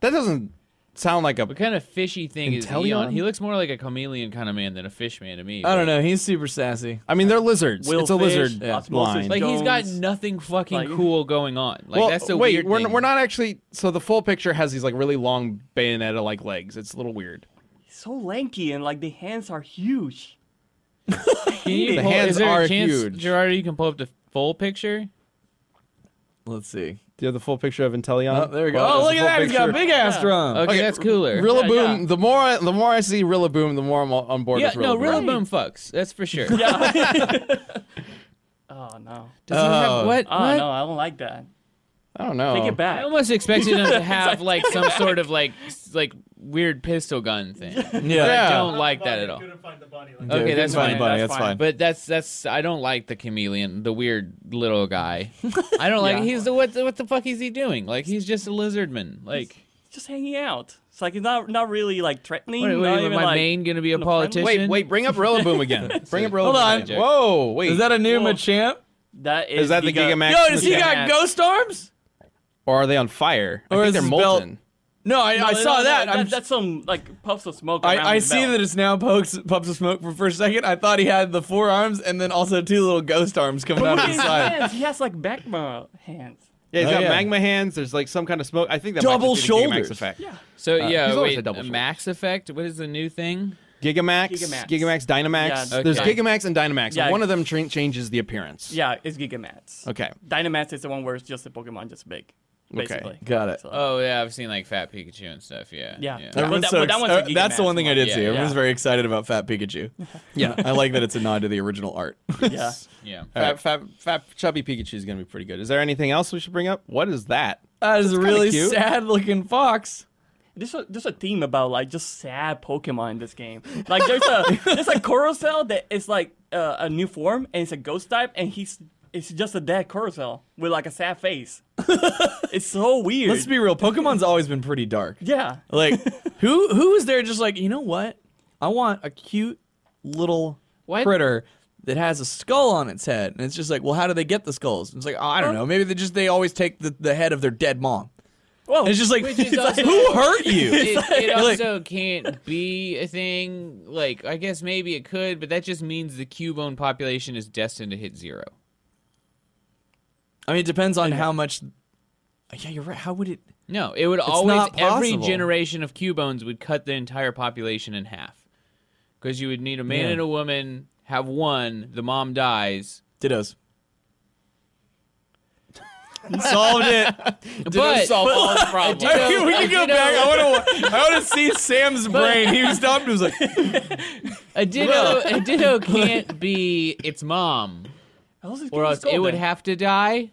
S1: that doesn't sound like a.
S2: what kind of fishy thing is
S1: Inteleon?
S2: Eon? He looks more like a chameleon kind of man than a fish man to me.
S4: I don't know. He's super sassy.
S1: I mean, they're lizards.
S3: Will
S1: it's a
S3: Fish,
S1: lizard
S3: Osmosis
S1: line.
S2: Like he's got
S3: Jones.
S2: nothing fucking
S3: Like-
S2: cool going on. Like
S1: well,
S2: that's the
S1: wait,
S2: weird
S1: we're,
S2: thing.
S1: we're not actually. So the full picture has these like really long bayonetta like legs. It's a little weird.
S3: so lanky and like the hands are huge.
S2: Can you
S1: The
S2: pull-
S1: hands
S2: is there
S1: are
S2: a chance,
S1: huge.
S2: Gerardo, you can pull up the full picture.
S4: Let's see.
S1: Do you have the full picture of Inteleon?
S4: Oh, there we go.
S1: Well,
S4: oh,
S1: that's
S4: look
S1: the
S4: at that.
S1: full
S4: He's got a
S1: picture.
S4: big ass drum.
S2: Okay,
S1: Okay,
S2: that's cooler.
S1: Rillaboom.
S3: Yeah, yeah.
S1: The more I, the more I see Rillaboom, the more I'm on- on board
S2: yeah,
S1: with
S2: no,
S1: Rillaboom.
S2: Rillaboom fucks. That's for sure.
S3: *laughs* Oh no.
S2: Does it have-
S4: Oh.
S2: what?
S3: Oh
S2: what? Oh.
S3: no, I don't like that.
S1: I don't know.
S3: Take it
S2: I
S3: back.
S2: almost expected him to have like some sort of like s- like weird pistol gun thing.
S1: Yeah.
S2: I don't like that at all. Oh,
S4: we
S2: Okay,
S4: couldn't
S2: that's fine.
S4: find the bunny,
S3: That's
S4: that's
S3: fine.
S4: fine.
S2: But that's that's I don't like the chameleon, the weird little guy. I don't like. He's the what? the- What the fuck is he doing? Like he's just a lizardman. Like
S3: Just hanging out. It's like it's not not really like threatening.
S2: what, what,
S3: not
S2: am
S3: even,
S2: my
S3: like,
S2: main gonna be a
S3: in a friendly-
S2: politician?
S1: Wait, wait. Bring up Rillaboom again. bring up Rillaboom.
S4: Hold on.
S1: again. Whoa. Wait.
S4: Is that a new
S3: Whoa.
S4: Machamp?
S3: That is,
S1: Is that the
S3: Giga-
S1: Gigamax?
S4: Yo, does he
S1: Machamp.
S4: got ghost arms?
S1: or are they on fire? I
S4: Or
S1: think
S4: is
S1: they're
S4: his belt-
S1: molten.
S4: No, I,
S3: No,
S4: I
S3: no,
S4: saw
S3: no,
S4: that. I'm,
S3: That's some like puffs of smoke. around
S4: I, I
S3: his
S4: see
S3: mouth. *laughs*
S4: that it's now pokes, puffs of smoke for, for a second. I thought he had the four arms and then also two little ghost arms coming out
S3: Look at *laughs*
S4: of the
S3: his
S4: side.
S3: hands. He has like Beckma hands.
S1: Yeah, he's
S4: Oh,
S1: got
S4: yeah.
S1: magma hands. There's like some kind of smoke. I think that
S4: Double
S1: might just be the Gigamax
S4: shoulders.
S1: effect.
S3: Yeah.
S2: So yeah,
S1: he's always
S2: wait.
S1: a double short.
S2: Max effect. What is the new thing?
S1: Gigamax,
S3: Gigamax.
S1: Gigamax, Dynamax.
S3: Yeah,
S1: There's
S2: okay.
S1: Gigamax and Dynamax.
S3: Yeah.
S1: and one of them tra- changes the appearance.
S3: Yeah, it's Gigamax.
S1: Okay.
S3: Dynamax is the one where it's just a Pokemon just big.
S1: Okay,
S3: Basically.
S4: got it.
S3: So-
S2: Oh yeah, I've seen like Fat Pikachu and stuff. Yeah.
S3: Uh, Yeah.
S2: yeah.
S3: Yeah. But
S4: Everyone's
S3: that-
S4: so
S3: but that
S4: ex-
S3: one's a
S4: uh, that's the
S3: Gigamax
S4: one thing I
S3: one.
S4: did
S2: Yeah,
S4: see. Everyone's
S3: yeah.
S4: very excited about Fat Pikachu.
S1: Yeah.
S4: I like that it's a nod to the original art.
S3: yeah.
S2: Yeah.
S1: Fat, fat, fat chubby Pikachu is going to be pretty good. Is there anything else we should bring up? What is that?
S4: That is a
S1: kinda
S4: really
S1: cute.
S4: sad looking fox.
S3: There's a, there's a theme about like just sad Pokemon in this game. Like there's a there's a Coruscant that is like uh, a new form and it's a ghost type and he's it's just a dead Coruscant with like a sad face. it's so weird.
S4: Let's be real. Pokemon's always been pretty dark.
S3: yeah.
S4: Like,
S2: *laughs*
S4: who who is there just like, you know what? I want a cute little
S2: What?
S4: critter that has a skull on its head. And it's just like, well, how do they get the skulls? And it's like, oh, I don't know. Maybe they just they always take the, the head of their dead mom.
S3: Well,
S4: And it's just like,
S2: Which is
S4: it's like,
S2: also-
S4: who hurt you?
S2: *laughs* it, it
S4: Look.
S2: also can't be a thing. Like, I guess maybe it could, but that just means the Cubone population is destined to hit zero.
S4: I mean, it depends on how much. Yeah, you're right. How would it?
S2: No, it would always.
S4: not
S2: Every
S4: possible.
S2: generation of Cubones would cut the entire population in half, because you would need a man
S4: Yeah.
S2: and a woman. *laughs* Have one, the mom dies.
S4: Dittos. You solved it.
S2: But-
S1: solve
S2: *laughs*
S1: all the
S4: *laughs*
S2: I do-
S1: problems.
S4: Dude, we
S2: I
S4: can go
S2: did know-
S4: back. I want to. I want to see
S2: *laughs*
S4: Sam's brain. He stopped. and was like,
S2: A ditto, a ditto can't be its mom,
S3: How's this
S2: or
S3: getting
S2: else
S3: skull
S2: it would
S3: then?
S2: have to die.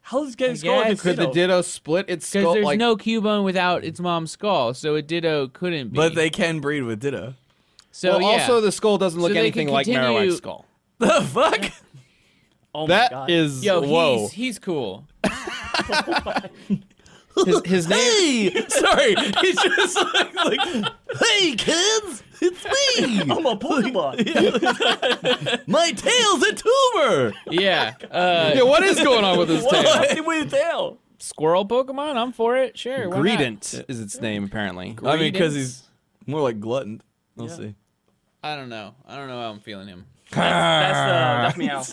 S3: How's this getting skull?
S2: guess.
S3: if it's
S1: Could the
S3: Ditto?
S1: Ditto split its
S2: Because
S1: skull?
S2: there's
S1: like,
S2: no Cubone without its mom's skull, so a ditto couldn't be.
S4: but they can breed with Ditto. *laughs*
S2: so
S1: well,
S2: yeah.
S1: also the skull doesn't look
S2: they
S1: anything
S2: can
S1: like Marowak's
S2: continue-
S1: skull.
S4: The fuck?
S3: Oh my
S1: That
S3: God.
S1: is
S2: yo,
S1: whoa.
S2: he's he's cool.
S1: His, his name.
S4: Hey, *laughs* sorry. He's just like, like, hey kids, it's me.
S3: *laughs* I'm a Pokemon.
S4: My tail's a tumor.
S3: *laughs*
S2: Yeah, uh,
S1: Yeah, what is going on with his tail?
S3: What? With tail.
S2: squirrel Pokemon. I'm for it. Sure. why not?
S1: Greedent is its name apparently. Uh,
S4: I mean, because
S2: Greedence?
S4: he's more like glutton. We'll
S3: Yeah.
S4: see.
S2: I don't know. I don't know how I'm feeling him.
S3: That's uh, that's meow.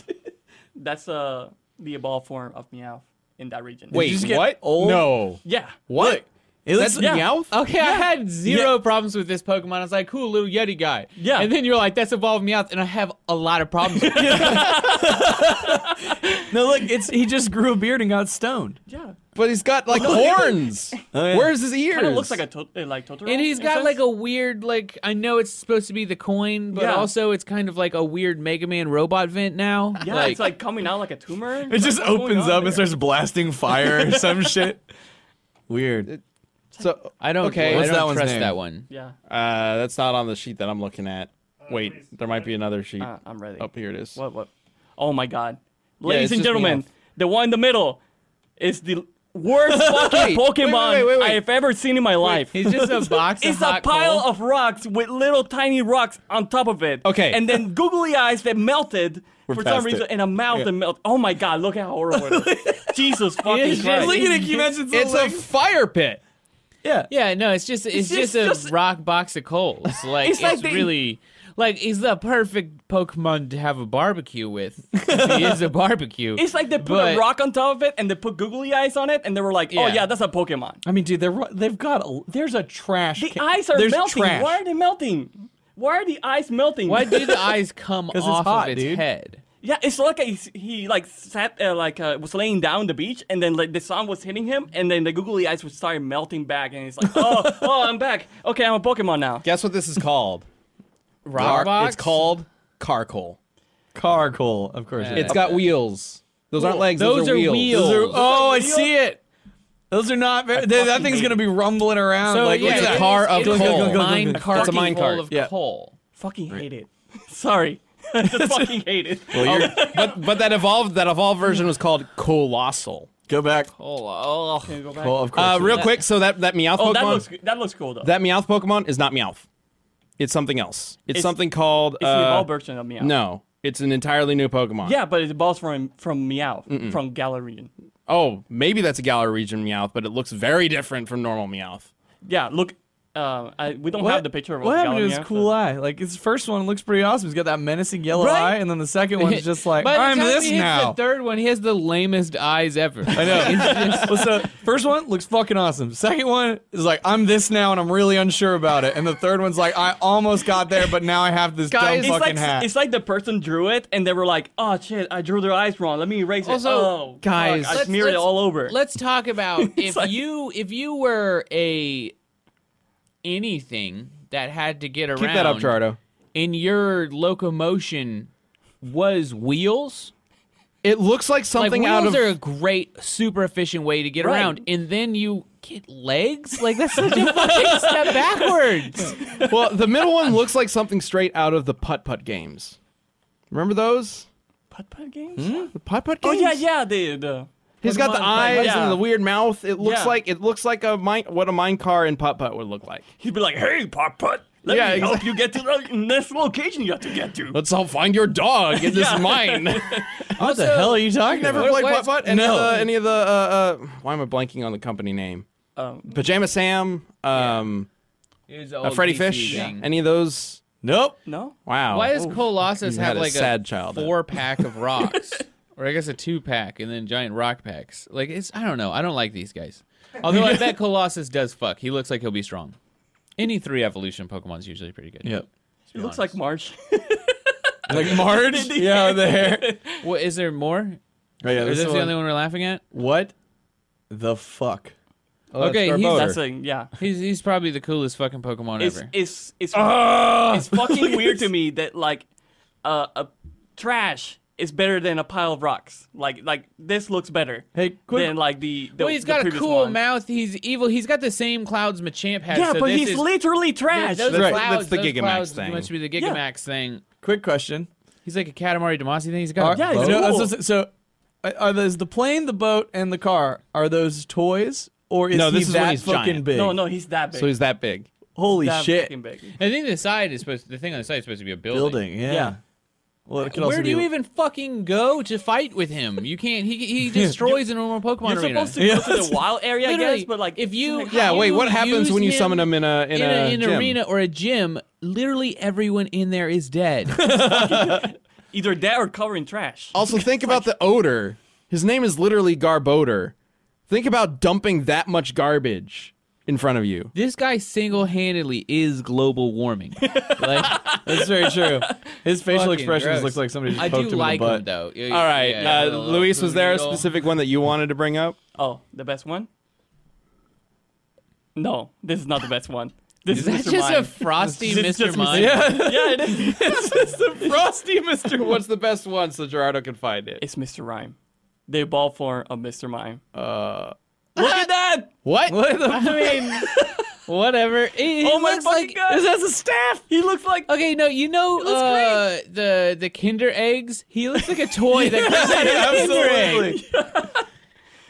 S3: That's uh the evolved form of meow in that region.
S1: Wait,
S4: just get
S1: what?
S4: old?
S1: No.
S3: Yeah.
S4: What? It looks,
S1: That's
S3: yeah.
S1: Meowth?
S2: Okay, I had zero problems with this Pokemon. I was like, cool, little Yeti guy.
S3: Yeah.
S2: And then you're like, that's evolved Meowth, and I have a lot of problems with it.
S4: no, look, it's he just grew a beard and got stoned.
S3: Yeah.
S1: But he's got like horns.
S4: Oh,
S1: Where's his ears?
S3: Kind of looks like a to- uh, like Totoro.
S2: and he's
S3: in
S2: got
S3: sense.
S2: like a weird, like, I know it's supposed to be the coin, but
S3: Yeah.
S2: also it's kind of like a weird Mega Man robot vent now.
S3: yeah. it's like coming out like a tumor.
S4: It just opens up and starts blasting fire or *laughs* some shit. Weird.
S1: so.
S2: I don't,
S1: Okay.
S2: okay. I
S1: What's
S2: don't
S4: that one's
S2: trust
S4: name?
S2: that one.
S3: Yeah.
S1: Uh, that's not on the sheet that I'm looking at. Wait, there might be another sheet.
S3: Uh, I'm ready.
S1: Oh, here it is.
S3: What? What? Oh my God, ladies
S1: it's
S3: and
S1: just
S3: gentlemen,
S1: Meowth.
S3: the one in the middle is the worst
S1: Wait, wait,
S3: fucking Pokemon
S1: wait, wait, wait.
S3: I have ever seen in my life.
S2: He's just a
S3: *laughs*
S2: box of
S3: It's a
S2: hot
S3: pile
S2: coal.
S3: of rocks with little tiny rocks on top of it.
S1: Okay.
S3: And then googly eyes that melted for some
S4: past
S3: reason
S4: it.
S3: and a mouth that melted. Oh my god, look at how horrible it is. Jesus fucking
S2: just
S3: Christ.
S2: like-
S4: it. He mentions
S1: It's a fire pit.
S4: yeah.
S2: Yeah, no, it's just it's,
S3: just-
S2: just, a
S3: just-
S2: rock box of
S3: *laughs*
S2: coals. Like
S3: It's
S2: it's,
S3: like they-
S2: really like he's the perfect Pokemon to have a barbecue with. he is a barbecue.
S3: *laughs* It's like they put
S2: But-
S3: a rock on top of it and they put googly eyes on it and they were like, oh
S2: Yeah.
S3: yeah, that's a Pokemon.
S4: I mean, dude, they're they've got a, there's a trash.
S3: The
S4: ca-
S3: eyes are
S4: there's
S3: melting.
S4: Trash.
S3: Why are they melting? Why are the eyes melting?
S2: Why do
S3: *laughs*
S2: the eyes come
S4: it's
S2: off
S4: hot,
S2: of its
S4: dude.
S2: head?
S3: Yeah, it's like he, he like sat uh, like uh, was laying down on the beach, and then like the sun was hitting him, and then the googly eyes would start melting back, and he's like, oh, oh, I'm back. Okay, I'm a Pokemon now.
S1: Guess what
S3: *laughs*
S1: this is called?
S2: Rock box?
S1: It's called carcoal.
S4: Car coal, of course.
S1: It's got wheels. Those aren't legs. Those,
S2: Those are
S1: wheels.
S2: wheels.
S4: Those are- oh, I
S3: real?
S4: see it. Those are not. Very, that- that
S3: fucking
S4: thing's
S3: hate
S4: gonna be rumbling around. like, look
S1: yeah,
S4: at
S1: it's
S4: that.
S1: a car of
S2: it is
S1: coal.
S2: a mine
S4: That's
S2: cart.
S1: a mine
S2: full
S1: cart.
S2: of
S4: Yeah.
S2: coal.
S3: Fucking hate it. *laughs* Sorry, I just fucking hate it.
S4: oh.
S1: Well, you're-
S3: *laughs*
S1: but but that evolved that evolved version was called colossal.
S4: Go back.
S2: Coal. Oh,
S3: Can we go back?
S4: Well, of course.
S1: Uh,
S4: it
S1: real
S4: is.
S1: quick, so that that Meowth
S3: oh,
S1: Pokemon
S3: that looks that looks cool though.
S1: that Meowth Pokemon is not Meowth. It's something else. It's,
S3: It's-
S1: something called
S3: it's the
S1: uh,
S3: evolved version of Meow.
S1: No, it's an entirely new Pokemon.
S3: Yeah, but it evolves from from Meow from Galarian.
S1: Oh, maybe that's a Galar region Meowth, but it looks very different from normal Meowth.
S3: Yeah, look, uh, I, we don't
S4: What-
S3: have the picture of
S4: what happened to
S3: Galarian,
S4: his
S3: so-
S4: cool eye? Like his first one looks pretty awesome. He's got that menacing yellow
S3: Right?
S4: eye, and then the second
S2: *laughs*
S4: one's just like
S2: By the
S4: I'm
S2: time *laughs*
S4: this
S2: he hits
S4: now.
S2: The third one, he has the lamest eyes ever.
S4: I know. *laughs* Well, so first one looks fucking awesome. Second one is like I'm this now, and I'm really unsure about it. And the third one's like I almost got there, but now I have this
S2: Guys,
S4: dumb
S3: It's
S4: fucking
S3: like
S4: hat.
S3: it's like the person drew it and they were like, "Oh shit, I drew their eyes wrong. Let me erase
S2: Also,
S3: it." Oh,
S1: guys,
S3: fuck, I
S2: Let's-
S3: smeared it
S2: let's-
S3: all over.
S2: Let's
S1: *laughs*
S2: talk about if
S3: like-
S2: you if you were a anything that had to get around.
S1: Keep that up, Gerardo.
S2: And your locomotion was wheels.
S1: It looks like
S2: Like
S1: something
S2: wheels
S1: out of
S2: are a great, super efficient way to get
S3: Right.
S2: around, and then you get legs. Like that's such a fucking step backwards.
S1: *laughs* well, the middle one looks like something straight out of the putt putt games. Remember those?
S3: Putt putt games.
S1: The putt putt
S3: Oh
S1: games.
S3: yeah, yeah, the the.
S1: He's got the
S3: Pokemon
S1: eyes
S3: yeah.
S1: and the weird mouth. It looks
S3: Yeah.
S1: like it looks like a mine, what a mine car and putt putt would look like.
S3: He'd be like, "Hey, putt putt, let
S1: Yeah,
S3: me help you get to the next location you have to get to."
S1: Let's all find your dog in this mine.
S4: what the hell are you talking
S1: Never
S4: about?
S1: played
S2: what-
S1: putt putt. Any
S4: No.
S1: of the, any of the uh, uh, why am I blanking on the company name?
S3: Um,
S1: Pajama Sam, um, uh, Freddy Fish, any of those?
S4: Nope.
S3: no.
S1: Wow.
S2: Why does Colossus
S1: Oh, had
S2: have
S1: a
S2: like
S1: sad
S2: a
S1: childhood.
S2: four pack of rocks, or I guess a two pack, and then giant rock packs? Like it's I don't know. I don't like these guys. Although I bet Colossus does fuck. He looks like he'll be strong. Any three evolution Pokemon's usually pretty good.
S4: Yep.
S3: It looks like Marsh.
S4: Like Marge. yeah, there.
S2: Well, is there more?
S4: Right, yeah,
S2: Is
S4: this
S2: this the
S4: one-
S2: only one we're laughing at?
S4: What the fuck?
S6: Oh, that's
S2: Okay, he's-
S6: Barboda.
S3: That's it. Yeah.
S2: He's he's probably the coolest fucking Pokemon
S3: It's
S2: ever.
S3: it's it's
S4: Ah!
S3: it's fucking weird to me that like uh, a trash is better than a pile of rocks. Like like this looks better.
S4: Hey, quick-
S3: than like the, the
S2: well, he's
S3: the
S2: got a
S3: previous
S2: cool
S3: one.
S2: mouth. He's evil. He's got the same clouds Machamp has.
S3: Yeah,
S2: so
S3: but
S2: this
S3: he's
S2: is,
S3: literally trash.
S2: Those
S1: That's right,
S2: clouds,
S1: that's the
S2: those
S1: Gigamax
S2: clouds
S1: thing.
S2: Must be the
S3: Yeah.
S2: Gigamax thing.
S4: Quick question.
S2: He's like a Katamari Damacy thing. He's got. a
S3: Yeah, it's
S4: No,
S3: cool.
S4: so, so- so uh, are those the plane, the boat, and the car? Are those toys, or is
S1: No,
S4: he
S1: this is when
S4: that
S1: he's
S4: fucking
S1: giant.
S4: big?
S3: no, no, he's that big.
S1: So he's that big.
S4: Holy
S3: that
S4: shit!
S3: fucking big.
S2: I think the side is supposed. The thing on the side is supposed to be a building.
S4: Building, yeah.
S3: Yeah.
S4: Well, it could also
S2: Where do you
S4: be-
S2: even fucking go to fight with him? You can't. He he destroys a normal Pokemon
S3: You're
S2: arena.
S3: supposed to go to the wild area, I
S2: Literally,
S3: guess, but like
S2: if you
S1: Yeah. Wait, what happens
S2: use
S1: when you
S2: him
S1: summon him in a in,
S2: in, a, in an
S1: gym?
S2: arena or a gym? Literally everyone in there is dead.
S3: either that or cover in trash.
S1: Also, think about the odor. His name is literally Garbodor. Think about dumping that much garbage in front of you.
S2: this guy single-handedly is global warming. Like,
S4: *laughs* That's very true. His facial
S2: Fucking
S4: expressions
S2: gross.
S4: look like somebody just
S2: I
S4: poked
S2: do
S4: him
S2: like
S4: in the butt.
S2: him though. Yeah,
S1: All right,
S2: yeah,
S1: uh,
S2: yeah.
S1: Luis, was there a
S2: Noodle.
S1: specific one that you wanted to bring up?
S3: Oh, the best one? No, this is not the best one. This
S2: Is
S3: is
S2: that
S3: Mr.
S2: just a
S3: Mime.
S2: frosty
S3: This is
S2: Mr.
S3: just
S2: Mime?
S3: *laughs* yeah, it is.
S1: Frosty Mr. *laughs* What's the best one so Gerardo can find it?
S3: It's Mr. Rhyme. The ball form of Mr. Mime.
S4: Uh,
S3: *laughs*
S2: Look at that.
S1: What?
S2: What the *laughs* I mean, whatever. He, he
S3: oh my
S2: looks
S3: fucking
S2: like
S3: god! This has a staff. He looks like oh
S2: Okay, no, you know
S3: looks
S2: uh, the the Kinder eggs. He looks like a toy that
S4: *laughs*
S2: comes out *laughs* of Kinder egg.
S4: Absolutely.
S3: oh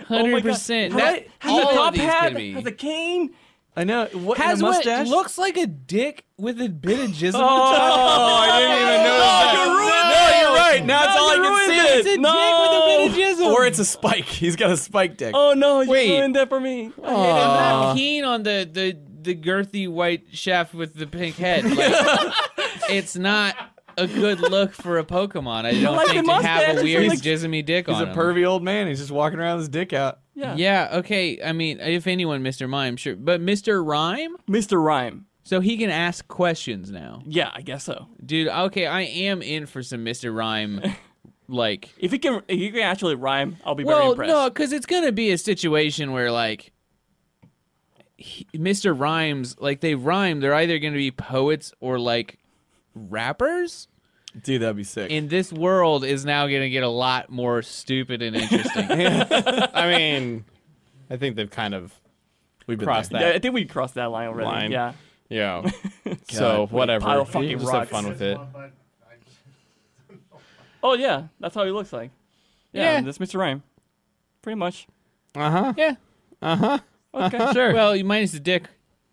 S3: my
S2: Hundred
S3: God.
S2: percent.
S3: Right? Has a
S2: all of
S3: top
S2: these
S3: hat.
S2: could be.
S3: Has a cane.
S4: I know. What,
S2: Has
S4: and a
S2: what
S4: mustache?
S2: looks like a dick with a bit of jizz.
S4: Oh,
S3: *laughs*
S4: I didn't even notice that.
S3: you're ruining
S4: no, you're right. Now it's all I
S3: ruined
S4: can
S3: it.
S4: see.
S2: It's a
S3: No.
S2: dick with a bit of jism.
S4: Or it's a spike. *laughs* He's got a spike dick.
S3: Oh no! You
S1: Wait.
S3: ruined that for me.
S2: And I'm not keen on the, the the girthy white shaft with the pink head.
S3: *laughs*
S2: Like, it's not a good look for a Pokemon. I don't
S3: like
S2: think
S3: the
S2: to have
S3: mustache,
S2: a weird
S3: it's like-
S2: jismy dick
S4: He's
S2: on
S4: a
S2: him.
S4: pervy old man. He's just walking around with his dick out.
S3: Yeah.
S2: Yeah, okay. I mean, if anyone, Mr. Mime, sure. But Mr. Rhyme,
S3: Mr. Rhyme.
S2: so he can ask questions now.
S3: Yeah, I guess so.
S2: Dude, okay, I am in for some Mr. Rhyme, like.
S3: If he can, if he can actually rhyme, I'll be very
S2: Well,
S3: impressed.
S2: no, because it's gonna be a situation where like he- Mr. Rhymes, like they rhyme, they're either gonna be poets or like rappers.
S4: Dude, that'd
S1: *laughs*
S4: be sick.
S2: And this world is now gonna get a lot more stupid and *laughs* interesting.
S1: I mean, I think they've kind of
S4: We've been
S1: crossed
S4: there.
S3: Yeah, I
S1: that.
S3: think we crossed that line already.
S1: Line.
S3: Yeah.
S1: *laughs* Yeah. so whatever.
S3: pile of fucking
S1: just have
S3: rocks.
S1: fun with it.
S3: Oh yeah, that's how he looks like. Yeah,
S2: Yeah.
S3: that's Mr. Rhyme. Pretty
S2: *laughs*
S3: much.
S1: Uh huh.
S2: yeah.
S3: Okay.
S2: Sure. Well, you minus the dick.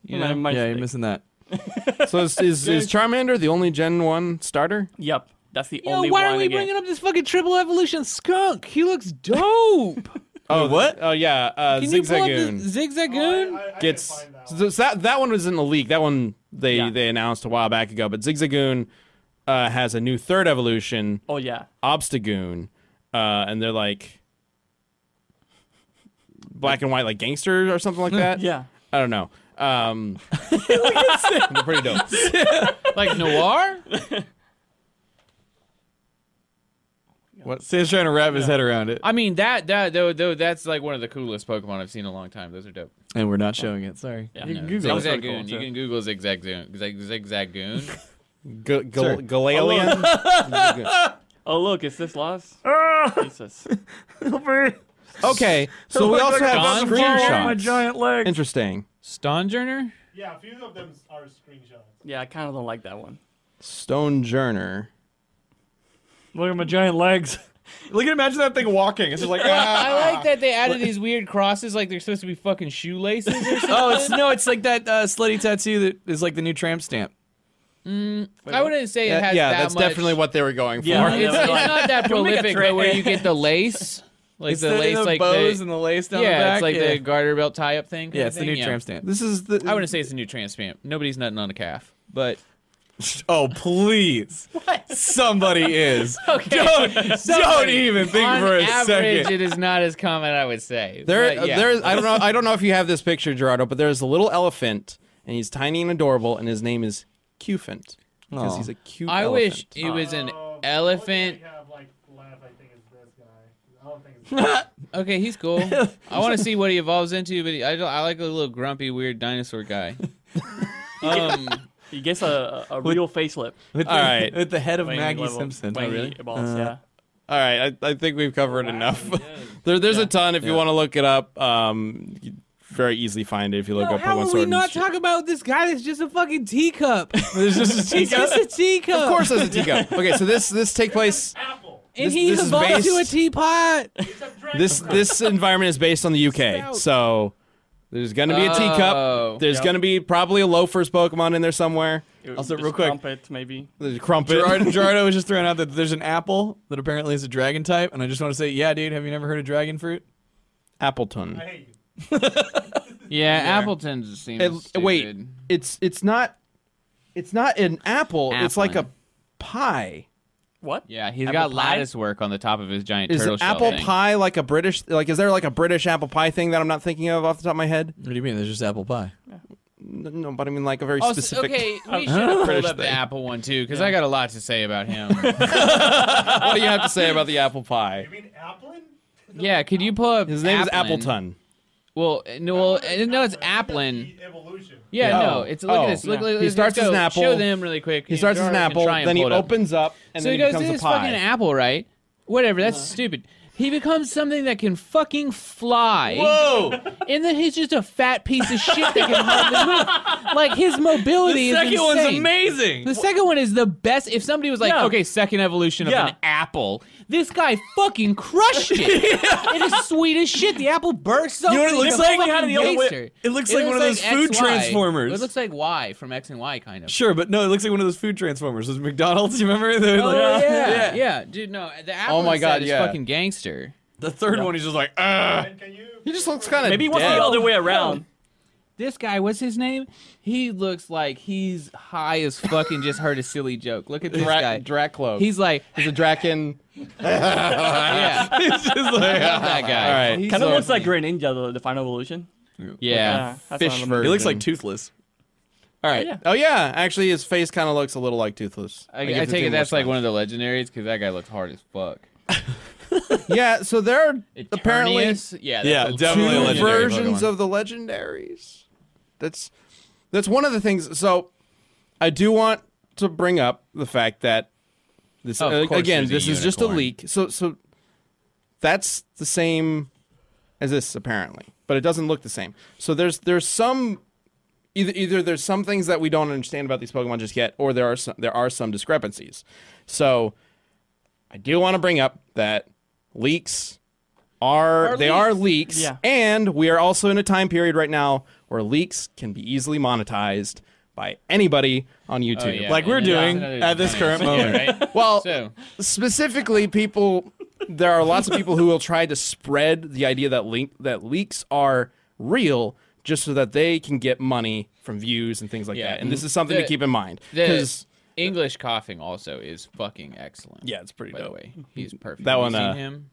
S3: You know, my
S4: Yeah, you're
S3: mistake.
S4: missing that.
S1: So is, is, is Charmander the only Gen One starter?
S3: Yep. That's the
S2: Yo,
S3: only
S2: why
S3: one.
S2: are we
S3: again.
S2: bringing up this fucking triple evolution skunk? He looks dope.
S1: Oh what? Oh yeah. Uh,
S2: *laughs* Can you pull up the
S1: Zigzagoon
S2: Zigzagoon?
S1: gets so that that one was in the leak. That one they
S3: Yeah.
S1: they announced a while back ago. But Zigzagoon uh, has a new third evolution,
S3: Oh yeah.
S1: Obstagoon, uh, and they're like black and white, like gangsters or something like *laughs* that.
S3: Yeah.
S1: I don't know. *laughs* Um, they're pretty dope.
S2: *laughs* like noir?
S4: What? Sam's trying to wrap his head around it.
S2: I mean that that though, though that's like one of the coolest Pokemon I've seen in a long time. Those are dope.
S4: And we're not showing it. Sorry.
S3: Yeah.
S2: You can
S3: That
S2: Google
S3: was
S2: Zigzagoon.
S3: pretty cool,
S2: you
S3: too.
S2: can Google Zigzagoon. Zig, *laughs* zigzagoon.
S1: G- gal- Galalian.
S3: Oh look, is
S2: *laughs*
S3: this lost?
S2: Oh.
S6: Ah,
S4: *laughs*
S3: Jesus.
S1: Okay, so we also have
S2: Don Farmer.
S1: screenshots.
S6: giant leg.
S1: Interesting.
S2: Stonjourner?
S7: Yeah, a few of them are screenshots.
S3: Yeah, I kind of don't like
S2: *laughs*
S3: that one.
S1: Stonejourner.
S6: Look at my giant legs.
S4: *laughs* Look at imagine that thing walking. It's just like
S2: I
S4: Ah.
S2: like that they added these weird crosses like they're supposed to be fucking shoelaces or
S4: *laughs*
S2: something.
S4: Oh, it's no, it's like that uh, slutty tattoo that is like the new tramp stamp.
S2: I wouldn't say it
S1: Yeah,
S2: has
S1: yeah,
S2: that
S1: that's
S2: much.
S1: definitely what they were going for.
S3: Yeah.
S2: It's, it's not
S4: *laughs*
S2: that
S3: Can we make a
S2: prolific,
S3: tra-
S2: but where you get the lace, like
S4: It's
S2: the,
S4: the,
S2: lace,
S4: the
S2: like
S4: bows
S2: the,
S4: and the lace down
S2: yeah,
S4: the back.
S2: it's like
S4: yeah.
S2: the garter belt tie up thing.
S4: yeah, it's the new tramp stamp.
S1: This is the.
S2: I wouldn't say it's a new tramp stamp. Nobody's nutting on a calf,
S4: *laughs*
S2: but
S4: Oh please! What? Somebody *laughs* is. Don't, don't even think
S2: on
S4: for a
S2: average,
S4: second.
S2: it is not as common. I would say
S1: There,
S2: But yeah.
S1: there's. I don't know. I don't know if you have this picture, Gerardo, but there's a little elephant, and he's tiny and adorable, and his name is Cufant because
S4: Aw.
S1: he's a cute.
S2: I
S1: elephant.
S7: Um, Oh,
S2: wish it was an elephant.
S7: have like left, I think, is this guy. I don't
S2: *laughs*
S7: think
S2: Okay,
S1: *laughs*
S2: he's cool. I want to see what he evolves into, but I, don't- I like a little grumpy, weird dinosaur guy. um,
S3: He gets a, a a real facelift.
S4: With
S1: All
S4: the,
S1: right.
S4: With the head of
S3: when he
S4: Maggie
S3: level-
S4: Simpson. Uh,
S3: when he evolves, yeah.
S1: All right, I, I think we've covered enough. *laughs* there, there's a ton. If you want to look it up, um, you very easily find it if you look up
S8: how
S1: Pokemon
S8: will
S1: Sword.
S8: we
S1: and
S8: not
S1: Shi-
S8: talk about this guy that's just a fucking
S1: *laughs*
S8: teacup? There's just a teacup. just a teacup.
S1: of course, there's a
S8: *laughs*
S1: teacup. Okay, so this this take place.
S7: Apple.
S8: And
S1: This-
S8: he
S1: this is
S8: evolved to a
S1: based-
S8: teapot.
S7: It's a dragon.
S1: This this environment is based on the UK,
S8: Stout.
S1: so there's gonna be a
S2: Oh.
S1: teacup. There's
S3: Yep.
S1: gonna be probably a loafers Pokemon in there somewhere.
S3: It-
S4: Also,
S3: just
S4: real quick.
S3: Crumpet, maybe.
S1: There's a crumpet.
S4: Gerard, *laughs* Gerardo was just throwing out that there's an apple that apparently is a dragon type, and I just want to say, yeah, dude, have you never heard of dragon fruit?
S1: Appleton.
S7: I hate you.
S2: yeah, Appleton just seems
S1: It- wait,
S2: stupid.
S1: it's it's not it's not an apple. It's like a
S2: Applin.
S1: pie.
S3: What?
S2: Yeah, he's
S1: Apple
S2: got
S1: pie?
S2: lattice work on the top of his giant
S1: Is
S2: turtle
S1: it
S2: shell
S1: apple
S2: thing.
S1: pie like a British like is there like a British apple pie thing that I'm not thinking of off the top of my head?
S4: What do you mean? There's just apple pie.
S1: N- No, but I mean like a very
S2: Also,
S1: specific.
S2: Oh, okay,
S3: Oh,
S2: we should
S1: *laughs*
S2: have pulled up the apple one too, because I got a lot to say about him.
S1: What do you have
S2: uh,
S1: to say about the apple pie?
S7: You mean Applin? *laughs*
S2: yeah, could you pull up
S1: His name is
S2: Applin?
S1: Appleton.
S2: Well, no, well, uh, no, it's
S7: Applin.
S2: Applin.
S7: The evolution.
S2: Yeah,
S1: Yeah.
S2: no, it's look
S1: Oh.
S2: at this. Look,
S3: Yeah.
S2: look,
S1: He
S2: let's
S1: starts as
S2: go.
S1: an apple.
S2: Show them really quick.
S1: He starts as an apple, then he
S2: opens.
S1: opens up, and
S2: so
S1: then
S2: he
S1: he
S2: goes
S1: becomes
S2: this
S1: a
S2: is
S1: pie.
S2: fucking apple, right? Whatever, that's stupid. He becomes something that can fucking fly.
S4: Whoa!
S2: And then he's just a fat piece of shit that can hardly move. Like his mobility is
S4: Second
S2: insane.
S4: one's amazing.
S2: The second one is the best. If somebody was like,
S3: Yeah.
S2: okay, second evolution of
S3: Yeah.
S2: an apple, this guy fucking crushed
S4: *laughs*
S2: it. It is sweet as shit. The apple bursts open.
S4: know what it
S2: like
S4: looks
S2: a
S4: like?
S2: fucking
S4: The other way-
S2: gangster.
S4: it looks like one of those food
S2: XY.
S4: transformers.
S2: It looks like Y from X and Y, kind of.
S4: Sure, but no, it looks like one of those food transformers. Those McDonald's, you remember? They were
S2: Oh,
S4: like-
S1: *laughs*
S2: yeah. Yeah. dude. No, the apple
S1: Oh my
S2: instead
S1: God,
S2: is
S1: yeah.
S2: fucking gangster.
S4: The third one, he's just like, ah.
S7: And can you?
S1: He just looks kind of
S3: Maybe it was the other way around.
S2: This guy, what's his name? He looks like he's high as fuck and just heard a silly joke. Look at this guy.
S1: Draclo.
S2: He's like,
S3: *laughs*
S1: he's a Draken.
S2: yeah, I
S4: *laughs* It's just like,
S2: love
S4: *laughs*
S2: that guy.
S1: All right.
S2: He's
S3: Kind of
S2: awesome.
S3: looks like Greninja, though, the final evolution.
S2: yeah.
S3: that's what
S1: Fish
S3: I'm-
S1: version.
S4: He looks like toothless.
S1: All right.
S3: Yeah.
S1: Oh yeah, actually, his face kind of looks a little like Toothless.
S2: I,
S1: Like, if
S2: I
S1: the
S2: take
S1: thing
S2: it that's
S1: was
S2: like one of the legendaries because that guy looks hard as fuck.
S1: gone. yeah. So there are apparently two
S2: Eternius? yeah,
S4: Yeah,
S2: that's a-
S4: definitely a legendary
S1: versions
S4: Pokemon.
S1: of the legendaries. That's that's one of the things. So I do want to bring up the fact that this
S2: Of
S1: uh,
S2: course
S1: again,
S2: there's a
S1: this is just a
S2: unicorn.
S1: leak. So so that's the same as this apparently, but it doesn't look the same. So there's there's some either either there's some things that we don't understand about these Pokemon just yet, or there are some, there are some discrepancies. So I do want to bring up that leaks are,
S2: Are
S1: they
S2: leaks.
S1: are leaks,
S3: Yeah.
S1: and we are also in a time period right now where leaks can be easily monetized by anybody on YouTube.
S2: Oh, yeah,
S4: Like we're
S2: and that's
S4: doing
S2: another
S4: at this
S2: design.
S4: current moment.
S2: Yeah,
S1: *laughs*
S2: right?
S1: Well,
S2: So,
S1: specifically people there are lots of people who will try to spread the idea that link that leaks are real just so that they can get money from views and things like
S2: Yeah.
S1: that and this is something
S2: The-
S1: to keep in mind
S2: the
S1: because
S2: English coughing also is fucking excellent.
S1: yeah it's pretty
S2: by the
S1: dope
S2: way, he's perfect.
S1: That
S2: Have you
S1: one,
S2: seen
S1: uh,
S2: him?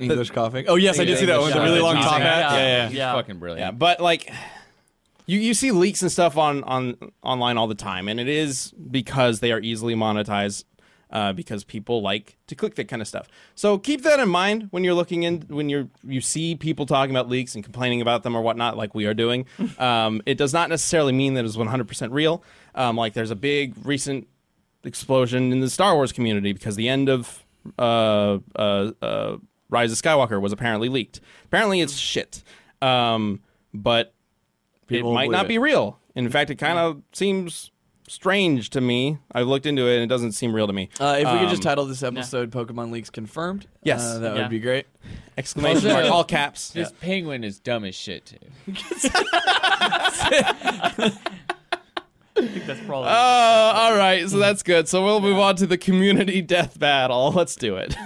S4: English coughing. Oh, yes, I did see that one. with a really long top hat. Yeah, yeah.
S2: He's
S3: Yeah.
S2: fucking
S1: yeah
S2: brilliant.
S1: but like you, you see leaks and stuff on, on online all the time and it is because they are easily monetized uh, because people like to click that kind of stuff so keep that in mind when you're looking in when you're you see people talking about leaks and complaining about them or whatnot like we are doing um, it does not necessarily mean that it's 100% real um, like there's a big recent explosion in the star wars community because the end of uh, uh, uh, rise of skywalker was apparently leaked apparently
S4: Hmm.
S1: it's shit um, but
S4: People
S1: it might
S4: believe
S1: not
S4: it. Hmm.
S1: be real. In fact, it kind of seems strange to me. I've looked into it and it doesn't seem real to me.
S4: Uh, if we could
S1: Um,
S4: just title this episode "Pokemon Leaks Confirmed,"
S1: Yes.
S4: uh, that
S3: Yeah.
S4: would be great.
S1: Exclamation
S2: Also-
S1: mark, all caps.
S2: This penguin is dumb as shit too.
S3: I think that's probably.
S4: Oh,
S1: Uh, all right, so that's good. So we'll move on to the community *laughs* death battle. Let's do it.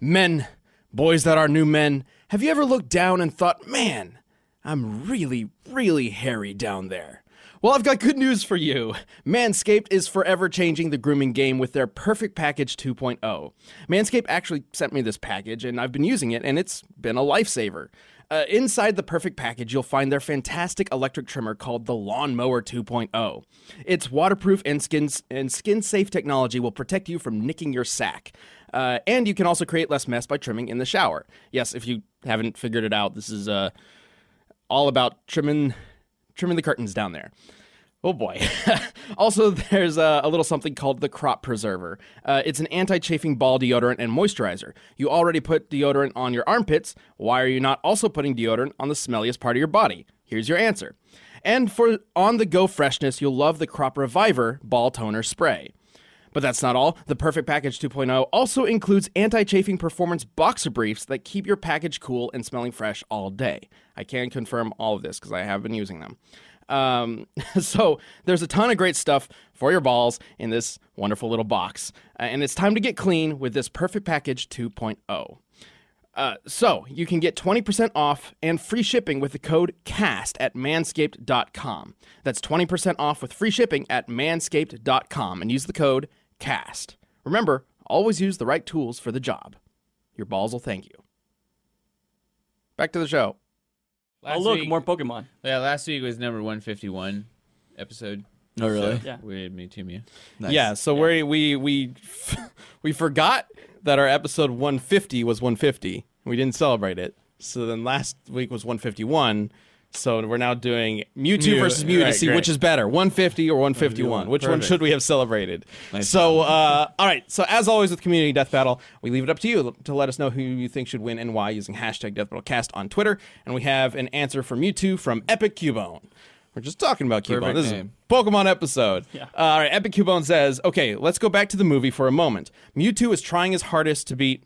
S1: Men, boys that are new men, have you ever looked down and thought, man, I'm really, really hairy down there? Well, I've got good news for you. Manscaped is forever changing the grooming game with their Perfect Package oh. 2.0. Manscaped actually sent me this package, and I've been using it, and it's been a lifesaver.
S9: Uh, inside the perfect package, you'll find their fantastic electric trimmer called the Lawnmower 2.0. Its waterproof and skin and skin safe technology will protect you from nicking your sack. Uh, and you can also create less mess by trimming in the shower. Yes, if you haven't figured it out, this is uh, all about trimming trimming the curtains down there. Oh boy. *laughs* also, there's uh, a, a little something called the Crop Preserver. Uh, it's an anti chafing ball deodorant and moisturizer. You already put deodorant on your armpits. Why are you not also putting deodorant on the smelliest part of your body? Here's your answer. And for on the go freshness, you'll love the Crop Reviver Ball Toner Spray. But that's not all. The Perfect Package 2.0 also includes anti chafing performance boxer briefs that keep your package cool and smelling fresh all day. I can confirm all of this because I have been using them. Um, *laughs* so there's a ton of great stuff for your balls in this wonderful little box. Uh, and it's time to get clean with this Perfect Package 2.0. Uh, so you can get 20% off and free shipping with the code CAST at manscaped.com. That's 20% off with free shipping at manscaped.com and use the code CAST. Remember, always use the right tools for the job. Your balls will thank you. Back to the show.
S2: Last
S3: oh look,
S2: week-
S3: more Pokemon.
S2: Yeah, last week was number 151 episode.
S4: Oh, really?
S3: Yeah.
S2: We had me too, Mia.
S4: Nice.
S1: Yeah, so we we we *laughs* f- we forgot that our episode 150 was 150. We didn't celebrate it. So then last week was 151. So we're now doing Mewtwo
S4: Mew,
S1: versus Mew to
S4: right,
S1: see
S4: great.
S1: which is better, 150 or 151. Which one
S4: Perfect.
S1: should we have celebrated?
S4: Nice.
S1: So uh, all right. So as always with community death battle, we leave it up to you to let us know who you think should win and why using hashtag death battle cast on Twitter. And we have an answer from Mewtwo from Epic Cubone. We're just talking about Cubone.
S4: Perfect
S1: This is
S4: name.
S1: Pokemon episode.
S3: Yeah.
S1: Uh, all right, Epic Cubone says, okay, let's go back to the movie for a moment. Mewtwo is trying his hardest to beat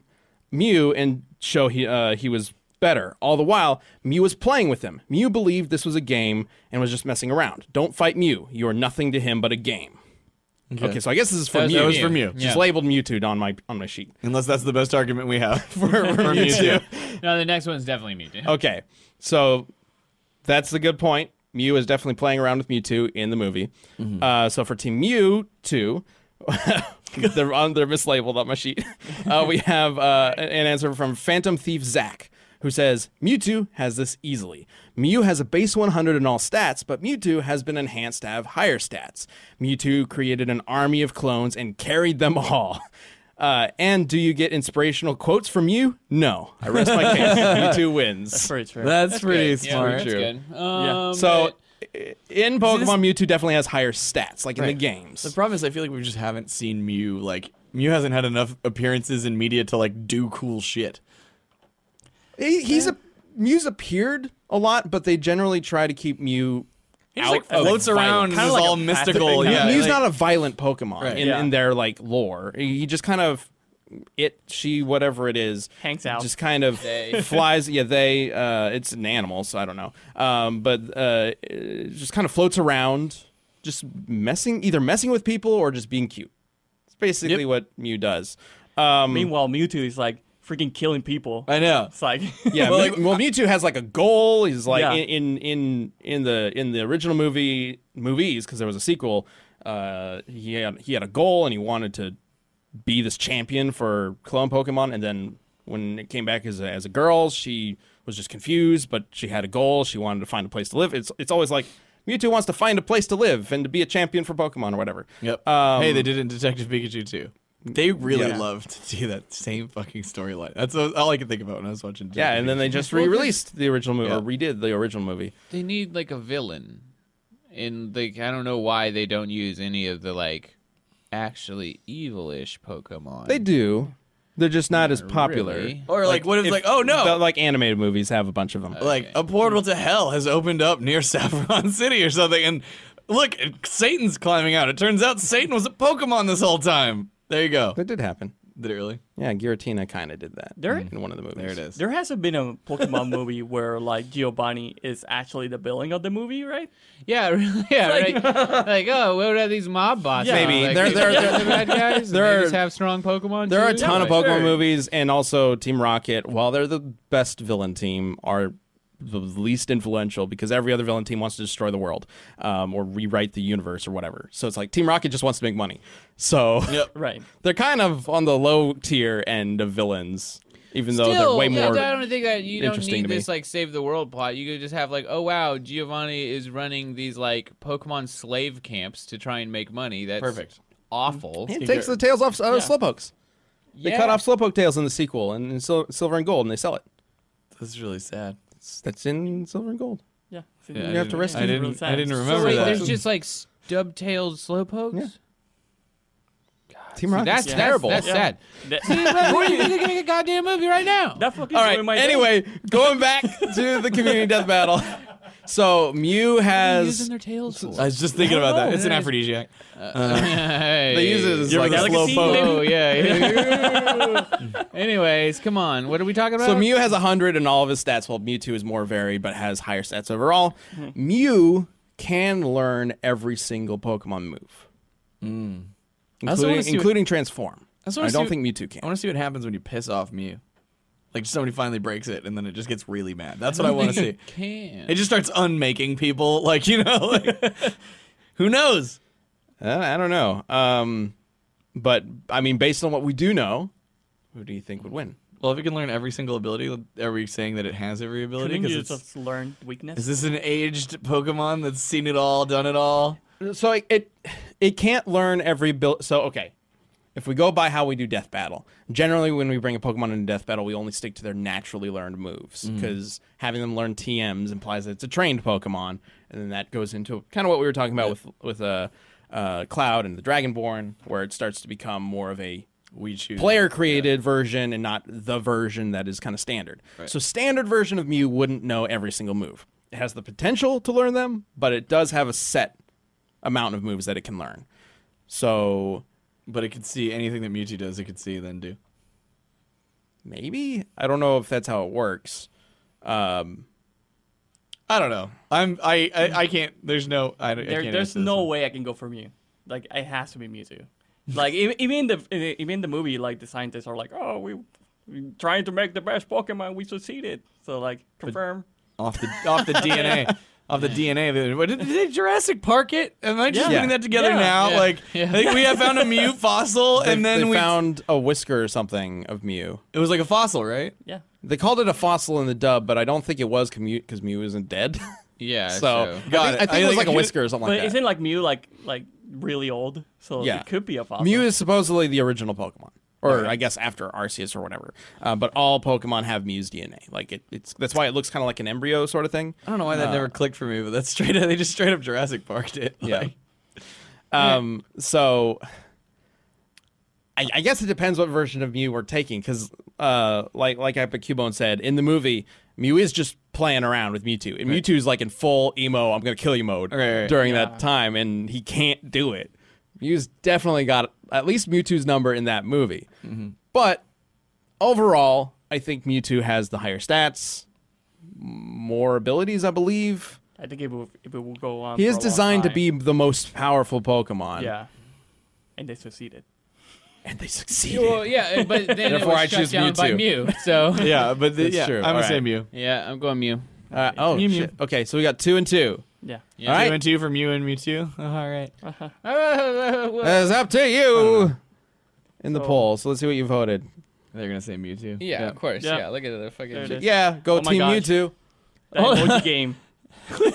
S1: Mew and show he, uh, he was better. All the while, Mew was playing with him. Mew believed this was a game and was just messing around. Don't fight Mew. You are nothing to him but a game. Okay, so I guess this is for
S2: That was-
S1: Mew.
S2: that was for
S4: Mew.
S1: She's
S2: Yeah.
S1: labeled Mewtwo on my on my sheet. *laughs*
S4: Unless that's the best argument we have
S2: *laughs*
S4: for, for
S1: Mew too.
S2: No, the next one's definitely me too.
S1: Okay, so that's a good point. Mew is definitely playing around with Mewtwo in the movie. Uh, so for Team Mew two, *laughs* they're on they're mislabeled on my sheet. Uh, we have uh, an answer from Phantom Thief Zach, who says Mewtwo has this easily. Mew has a base 100 in all stats, but Mewtwo has been enhanced to have higher stats. Mewtwo created an army of clones and carried them all. Uh, and do you get inspirational quotes from you? No. I rest my case. Mewtwo wins.
S3: Pretty true.
S4: That's, pretty
S2: Yeah,
S4: smart.
S2: that's good. Um,
S1: So
S2: but-
S1: i- in Pokemon, Mewtwo definitely has higher stats, like in the
S4: The
S1: games.
S4: problem is, I feel like we just haven't seen Mew. Like Mew hasn't had enough appearances in media to like do cool shit.
S1: He, he's a Mew's appeared a lot, but they generally try to keep Mew.
S4: He
S1: just, like, floats around
S4: and
S3: Kinda
S4: is
S3: like
S4: all
S3: a
S4: mystical.
S3: passive-
S4: Yeah,
S1: Mew's
S4: like-
S1: not a violent Pokemon
S4: Right.
S1: in,
S3: Yeah.
S1: in their like lore. He just kind of it, she, whatever it is,
S3: Hangs out.
S1: Just kind of *laughs* flies. Yeah, they. Uh, it's an animal, so I don't know. Um, but uh, it just kind of floats around, just messing, either messing with people or just being cute. It's basically what Mew does. Um,
S3: Meanwhile, Mewtwo is like freaking killing people.
S4: I know.
S3: It's like
S1: Yeah, well,
S4: Well, like-
S1: well, Mewtwo has like a goal. He's like
S3: Yeah.
S1: in, in in in the in the original movie movies because there was a sequel. Uh, he had he had a goal and he wanted to be this champion for clone Pokemon. And then when it came back as a, as a girl, she was just confused, but she had a goal. She wanted to find a place to live. It's it's always like Mewtwo wants to find a place to live and to be a champion for Pokemon or whatever.
S4: Yep.
S1: Um,
S4: hey, they did it in Detective Pikachu too. They really
S1: Yeah.
S4: love to do that same fucking storyline. That's all I could think about when I was watching.
S1: Yeah, and then they just re-released the original movie or
S4: Yeah.
S1: redid the original movie.
S2: they need like a villain, and like I don't know why they don't use any of the like actually evilish Pokemon.
S1: They do. They're just not as
S2: Not
S1: popular.
S2: really.
S4: or like, what if, like
S1: *laughs*
S4: oh no,
S1: The, like animated movies have a bunch of them.
S4: like a portal to hell has opened up near *laughs* Saffron City or something, and look, Satan's climbing out. It turns out Satan was a Pokemon this whole time. There you go.
S1: that did happen.
S4: Did it really?
S1: Yeah, Giratina kind of did that
S3: There-
S1: in one of the movies.
S4: There it is.
S3: there hasn't been a Pokemon movie *laughs* where like Giovanni is actually the villain of the movie, right?
S2: yeah, *laughs* really, yeah, like, right. like oh, what are these mob bosses?
S3: Yeah.
S1: Maybe.
S2: like,
S1: There- there-
S2: they're the bad guys. and
S1: there
S2: they
S1: are-
S2: just have strong Pokemon.
S1: There are a
S2: too?
S1: ton of
S2: Like,
S1: Pokemon movies, and also Team Rocket, while they're the best villain team, are the least influential because every other villain team wants to destroy the world um, or rewrite the universe or whatever. So it's like Team Rocket just wants to make money. So *laughs*
S4: Yep.
S3: Right.
S1: they're kind of on the low tier end of villains. even though
S2: Still,
S1: Oh, they're way
S2: yeah,
S1: more.
S2: I don't think that you don't
S1: interesting
S2: need
S1: to me.
S2: this like save the world plot. You could just have like, oh wow, Giovanni is running these like Pokemon slave camps to try and make money. That's
S4: Perfect.
S2: Awful.
S1: It takes the tails off uh, Slowpokes. They cut
S2: Yeah.
S1: off Slowpoke tails in the sequel, and, and sil- Silver and Gold, and they sell it.
S4: This is really sad.
S1: That's in Silver and Gold.
S3: Yeah. it's in
S4: Yeah,
S3: the-
S1: You have to
S4: didn't-
S1: rest
S4: I
S1: in
S4: didn't.
S3: real
S4: I
S3: time.
S4: didn't
S3: So
S2: So
S4: remember
S2: wait,
S4: that.
S2: there's just like stub-tailed slowpokes.
S1: Yeah.
S4: Ah,
S1: Team Rocket.
S2: That's terrible. That's,
S3: Yeah.
S2: sad.
S3: That,
S2: Where do you think they make a goddamn movie right now?
S3: that fucking
S1: All right.
S3: ruined my day.
S1: Anyway, *laughs* going back to the community death battle. *laughs* So Mew
S2: using
S1: has
S2: their tails *laughs* for?
S4: I was just thinking about that. It's an
S2: Yeah.
S4: aphrodisiac.
S2: they
S1: use it as
S4: You ever
S1: like
S4: the
S1: a
S4: slow
S3: Delicacy,
S4: boat?
S3: *laughs*
S2: Oh yeah. Anyways, come on. What are we talking about?
S1: So Mew has 100 in all of his stats, while Mewtwo is more varied but has higher stats overall.
S4: Hmm.
S1: Mew can learn every single Pokemon move,
S4: I also wanna
S1: including,
S4: see what-
S1: including Transform. I,
S4: wanna see
S1: don't
S4: what-
S1: think Mewtwo can.
S4: I want to see what happens when you piss off Mew. Like somebody finally breaks it, and then it just gets really mad. That's what
S2: *laughs*
S4: I
S3: *laughs*
S4: want to see.
S2: Can.
S4: It just starts unmaking people. *laughs* Like you know,
S3: *laughs*
S4: like, who knows?
S1: Uh, I don't know. Um, but I mean, based on what we do know, who do you think would win?
S4: Well, if it can learn every single ability, are we saying that it has every ability?
S3: Couldn't
S4: 'Cause
S3: you
S4: it's-
S3: just learn weakness?
S4: is this an aged Pokemon that's seen it all, done it all?
S1: So it it, it can't learn every build. So okay, if we go by how we do death battle, generally when we bring a Pokemon into death battle, we only stick to their naturally learned moves because having them learn TMs implies that it's a trained Pokemon, and then that goes into kind of what we were talking about with with uh, uh, Cloud and the Dragonborn, where it starts to become more of a
S4: We choose
S1: player created version and not the version that is kind of standard. So standard version of Mew wouldn't know every single move. It has the potential to learn them, but it does have a set amount of moves that it can learn. So
S4: but it could see anything that Mewtwo does. It could see then do.
S1: maybe I don't know if that's how it works. Um,
S4: I don't know. I'm I I, I can't. There's no. I, don't- I
S3: There,
S4: can't
S3: there's
S4: answer this
S3: no
S4: one.
S3: way I can go for Mew. Like it has to be Mewtwo. Like even even in the in- even in the movie, like the scientists are like, oh, we we trying to make the best Pokemon, we succeeded. So like confirm.
S4: off the off
S1: *laughs*
S4: the DNA. Off the DNA, of it. What, did did they Jurassic Park it? Am I just
S3: Yeah.
S4: putting that together
S3: Yeah.
S4: now?
S2: Yeah.
S4: Like,
S2: Yeah.
S4: like, we have found
S1: *laughs*
S4: a Mew fossil, and
S1: they
S4: then we
S1: found a whisker or something of Mew.
S4: it was like a fossil, right?
S3: Yeah.
S1: They called it a fossil in the dub, but I don't think it was commute because Mew isn't dead. *laughs*
S2: yeah.
S1: so
S4: Got
S1: I think,
S4: it.
S1: I think
S4: I
S1: it was
S4: think
S1: like a
S4: you-
S1: whisker or something
S3: But
S1: like that.
S3: isn't like Mew like like really old? So
S1: Yeah.
S3: it could be a fossil.
S1: Mew is supposedly the original Pokemon, or I guess after Arceus or whatever. Uh, but all Pokemon have Mew's DNA. Like it, it's that's why it looks kind of like an embryo sort of thing.
S4: I don't know why that never clicked for me, but that's straight. Up, they just straight up Jurassic Parked it. *laughs*
S1: Yeah.
S4: Like,
S1: Um, so I, I guess it depends what version of Mew we're taking, because uh, like like I put Cubone said in the movie, Mew is just playing around with Mewtwo, and Mewtwo's like in full emo, I'm gonna kill you mode
S4: Right, right.
S1: during that time, and he can't do it. Mew's definitely got at least Mewtwo's number in that movie,
S4: Mm-hmm.
S1: but overall, I think Mewtwo has the higher stats, more abilities, I believe.
S3: I think it will it will go on.
S1: He
S3: for
S1: is
S3: a long
S1: designed to
S3: time.
S1: be the most powerful Pokemon.
S3: Yeah. And they succeeded.
S1: and they succeeded.
S2: Well, yeah, but then
S1: Therefore,
S2: it was
S1: I
S2: shut
S1: choose
S2: down by
S1: Mewtwo.
S2: Mew. So
S4: yeah, but the,
S1: That's
S4: yeah,
S1: true.
S4: I'm
S1: All
S4: gonna
S1: right.
S4: say Mew.
S2: yeah, I'm going *laughs* Mew.
S1: Uh, oh,
S4: Mew, Mew.
S1: shit. Okay, so we got two and two.
S3: Yeah.
S2: Yeah.
S1: All
S4: Two
S1: right.
S4: and two from you and Mewtwo. Oh, all right.
S2: Uh,
S1: It's up to you in the
S3: So-
S1: poll. So let's see what you voted.
S4: They're gonna say Mewtwo.
S2: yeah,
S4: *laughs*
S2: of course.
S3: Yeah.
S2: Yeah. look at the fucking.
S3: There it is.
S1: Yeah, go
S3: Oh my
S1: Team
S3: gosh.
S1: Mewtwo.
S3: That emoji game.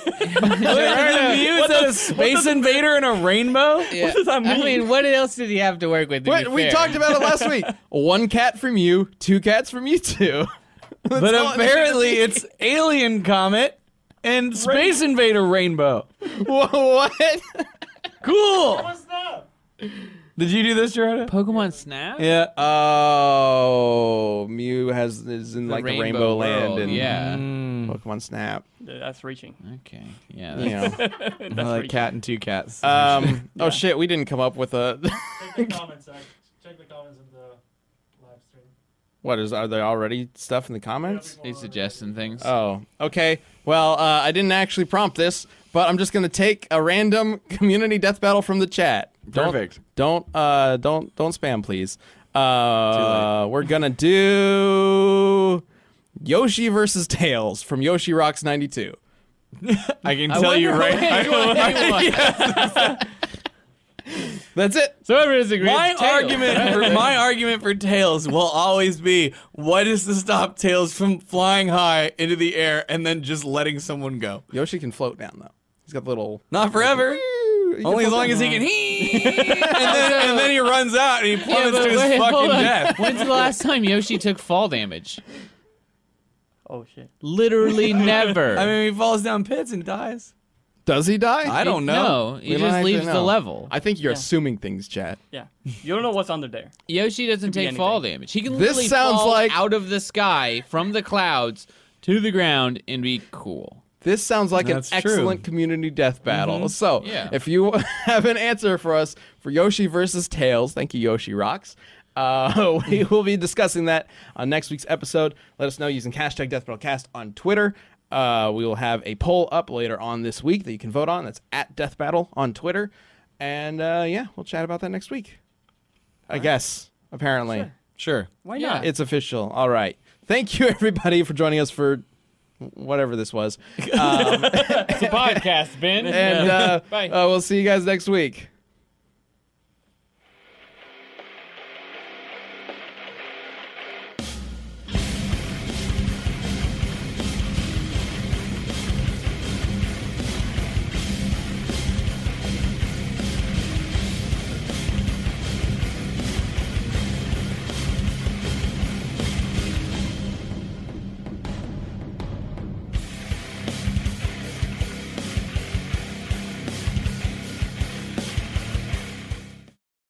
S4: Mew
S1: *laughs*
S4: is a space invader in a rainbow.
S2: Yeah.
S3: does that
S2: I mean,
S3: mean?
S2: what else did he have to work with? to be
S1: Wait, we
S2: fair?
S1: talked about it last week. One cat from you, two cats from you two. *laughs*
S4: but apparently it's alien comet and space invader rainbow.
S1: Wha- what?
S4: Cool.
S7: What's that?
S4: Did you do this, Gerardo?
S2: Pokemon Snap.
S4: Yeah.
S1: *laughs* Oh, Mew has is in
S2: The
S1: like the
S2: rainbow
S1: rainbow land
S2: world, Mm-hmm.
S1: and
S2: yeah.
S1: Hmm. Pokemon Snap.
S3: That's reaching.
S2: Okay. Yeah.
S1: You
S2: That's,
S1: know.
S3: That's
S4: I like
S3: reaching.
S4: cat and two cats.
S1: um, oh shit, we didn't come up with a. *laughs*
S2: *laughs*
S7: Check the comments. Zach. Check the comments in the live stream.
S1: what is? Are there already stuff in the comments?
S7: There'll be
S2: they
S7: more.
S2: suggesting things.
S1: Oh, okay. Well, uh, I didn't actually prompt this, but I'm just gonna take a random *laughs* community death battle from the chat. Don't-
S4: Perfect.
S1: Don't uh, don't don't spam, please. Uh, we're gonna do Yoshi versus Tails from Yoshi Rocks '92.
S2: *laughs*
S4: I can tell you right.
S2: Which one do you want?
S1: That's it.
S2: So everyone disagrees.
S4: *laughs* My
S2: it's Tails.
S4: argument for my argument for Tails will always be what is to stop Tails from flying high into the air and then just letting someone go?
S1: Yoshi can float down though. He's got the little.
S4: Not forever.
S1: You can
S4: Only as
S1: float
S4: long
S1: down.
S4: as he can hee and then, and then he runs out and he
S2: Yeah,
S4: plummets
S2: but
S4: to his
S2: wait,
S4: fucking
S2: hold on. *laughs*
S4: death.
S2: When's the last time Yoshi took fall damage?
S3: Oh shit.
S2: Literally never.
S4: I mean he falls down pits and dies.
S1: Does he die?
S4: I don't
S2: No,
S4: know.
S1: We
S2: he
S1: don't
S2: just
S1: actually
S2: leaves the
S1: know.
S2: level.
S1: I think you're
S3: Yeah.
S1: assuming things, Chad.
S3: Yeah. You don't know what's under there.
S2: Yoshi doesn't
S3: be
S2: take fall damage. He can
S1: This
S2: literally
S1: sounds
S2: fall
S1: like-
S2: out of the sky from the clouds to the ground and be cool.
S1: This sounds like
S4: That's
S1: an
S4: true. Mm-hmm.
S1: excellent community death battle. So,
S2: Yeah.
S1: if you *laughs* have an answer for us for Yoshi versus Tails, thank you, Yoshi Rocks. Uh, *laughs* we
S4: *laughs*
S1: will be discussing that on next week's episode. Let us know using hashtag Death Battle Cast on Twitter. Uh, we will have a poll up later on this week that you can vote on. That's at Death Battle on Twitter. And uh, yeah, we'll chat about that next week. I guess, apparently.
S4: Sure.
S3: Why
S2: Yeah. *laughs*
S3: not?
S1: It's official. All right. Thank you, *laughs* everybody, for joining us for whatever this was.
S2: It's a podcast, Ben.
S1: And uh,
S2: Bye.
S1: uh, we'll see you guys next week.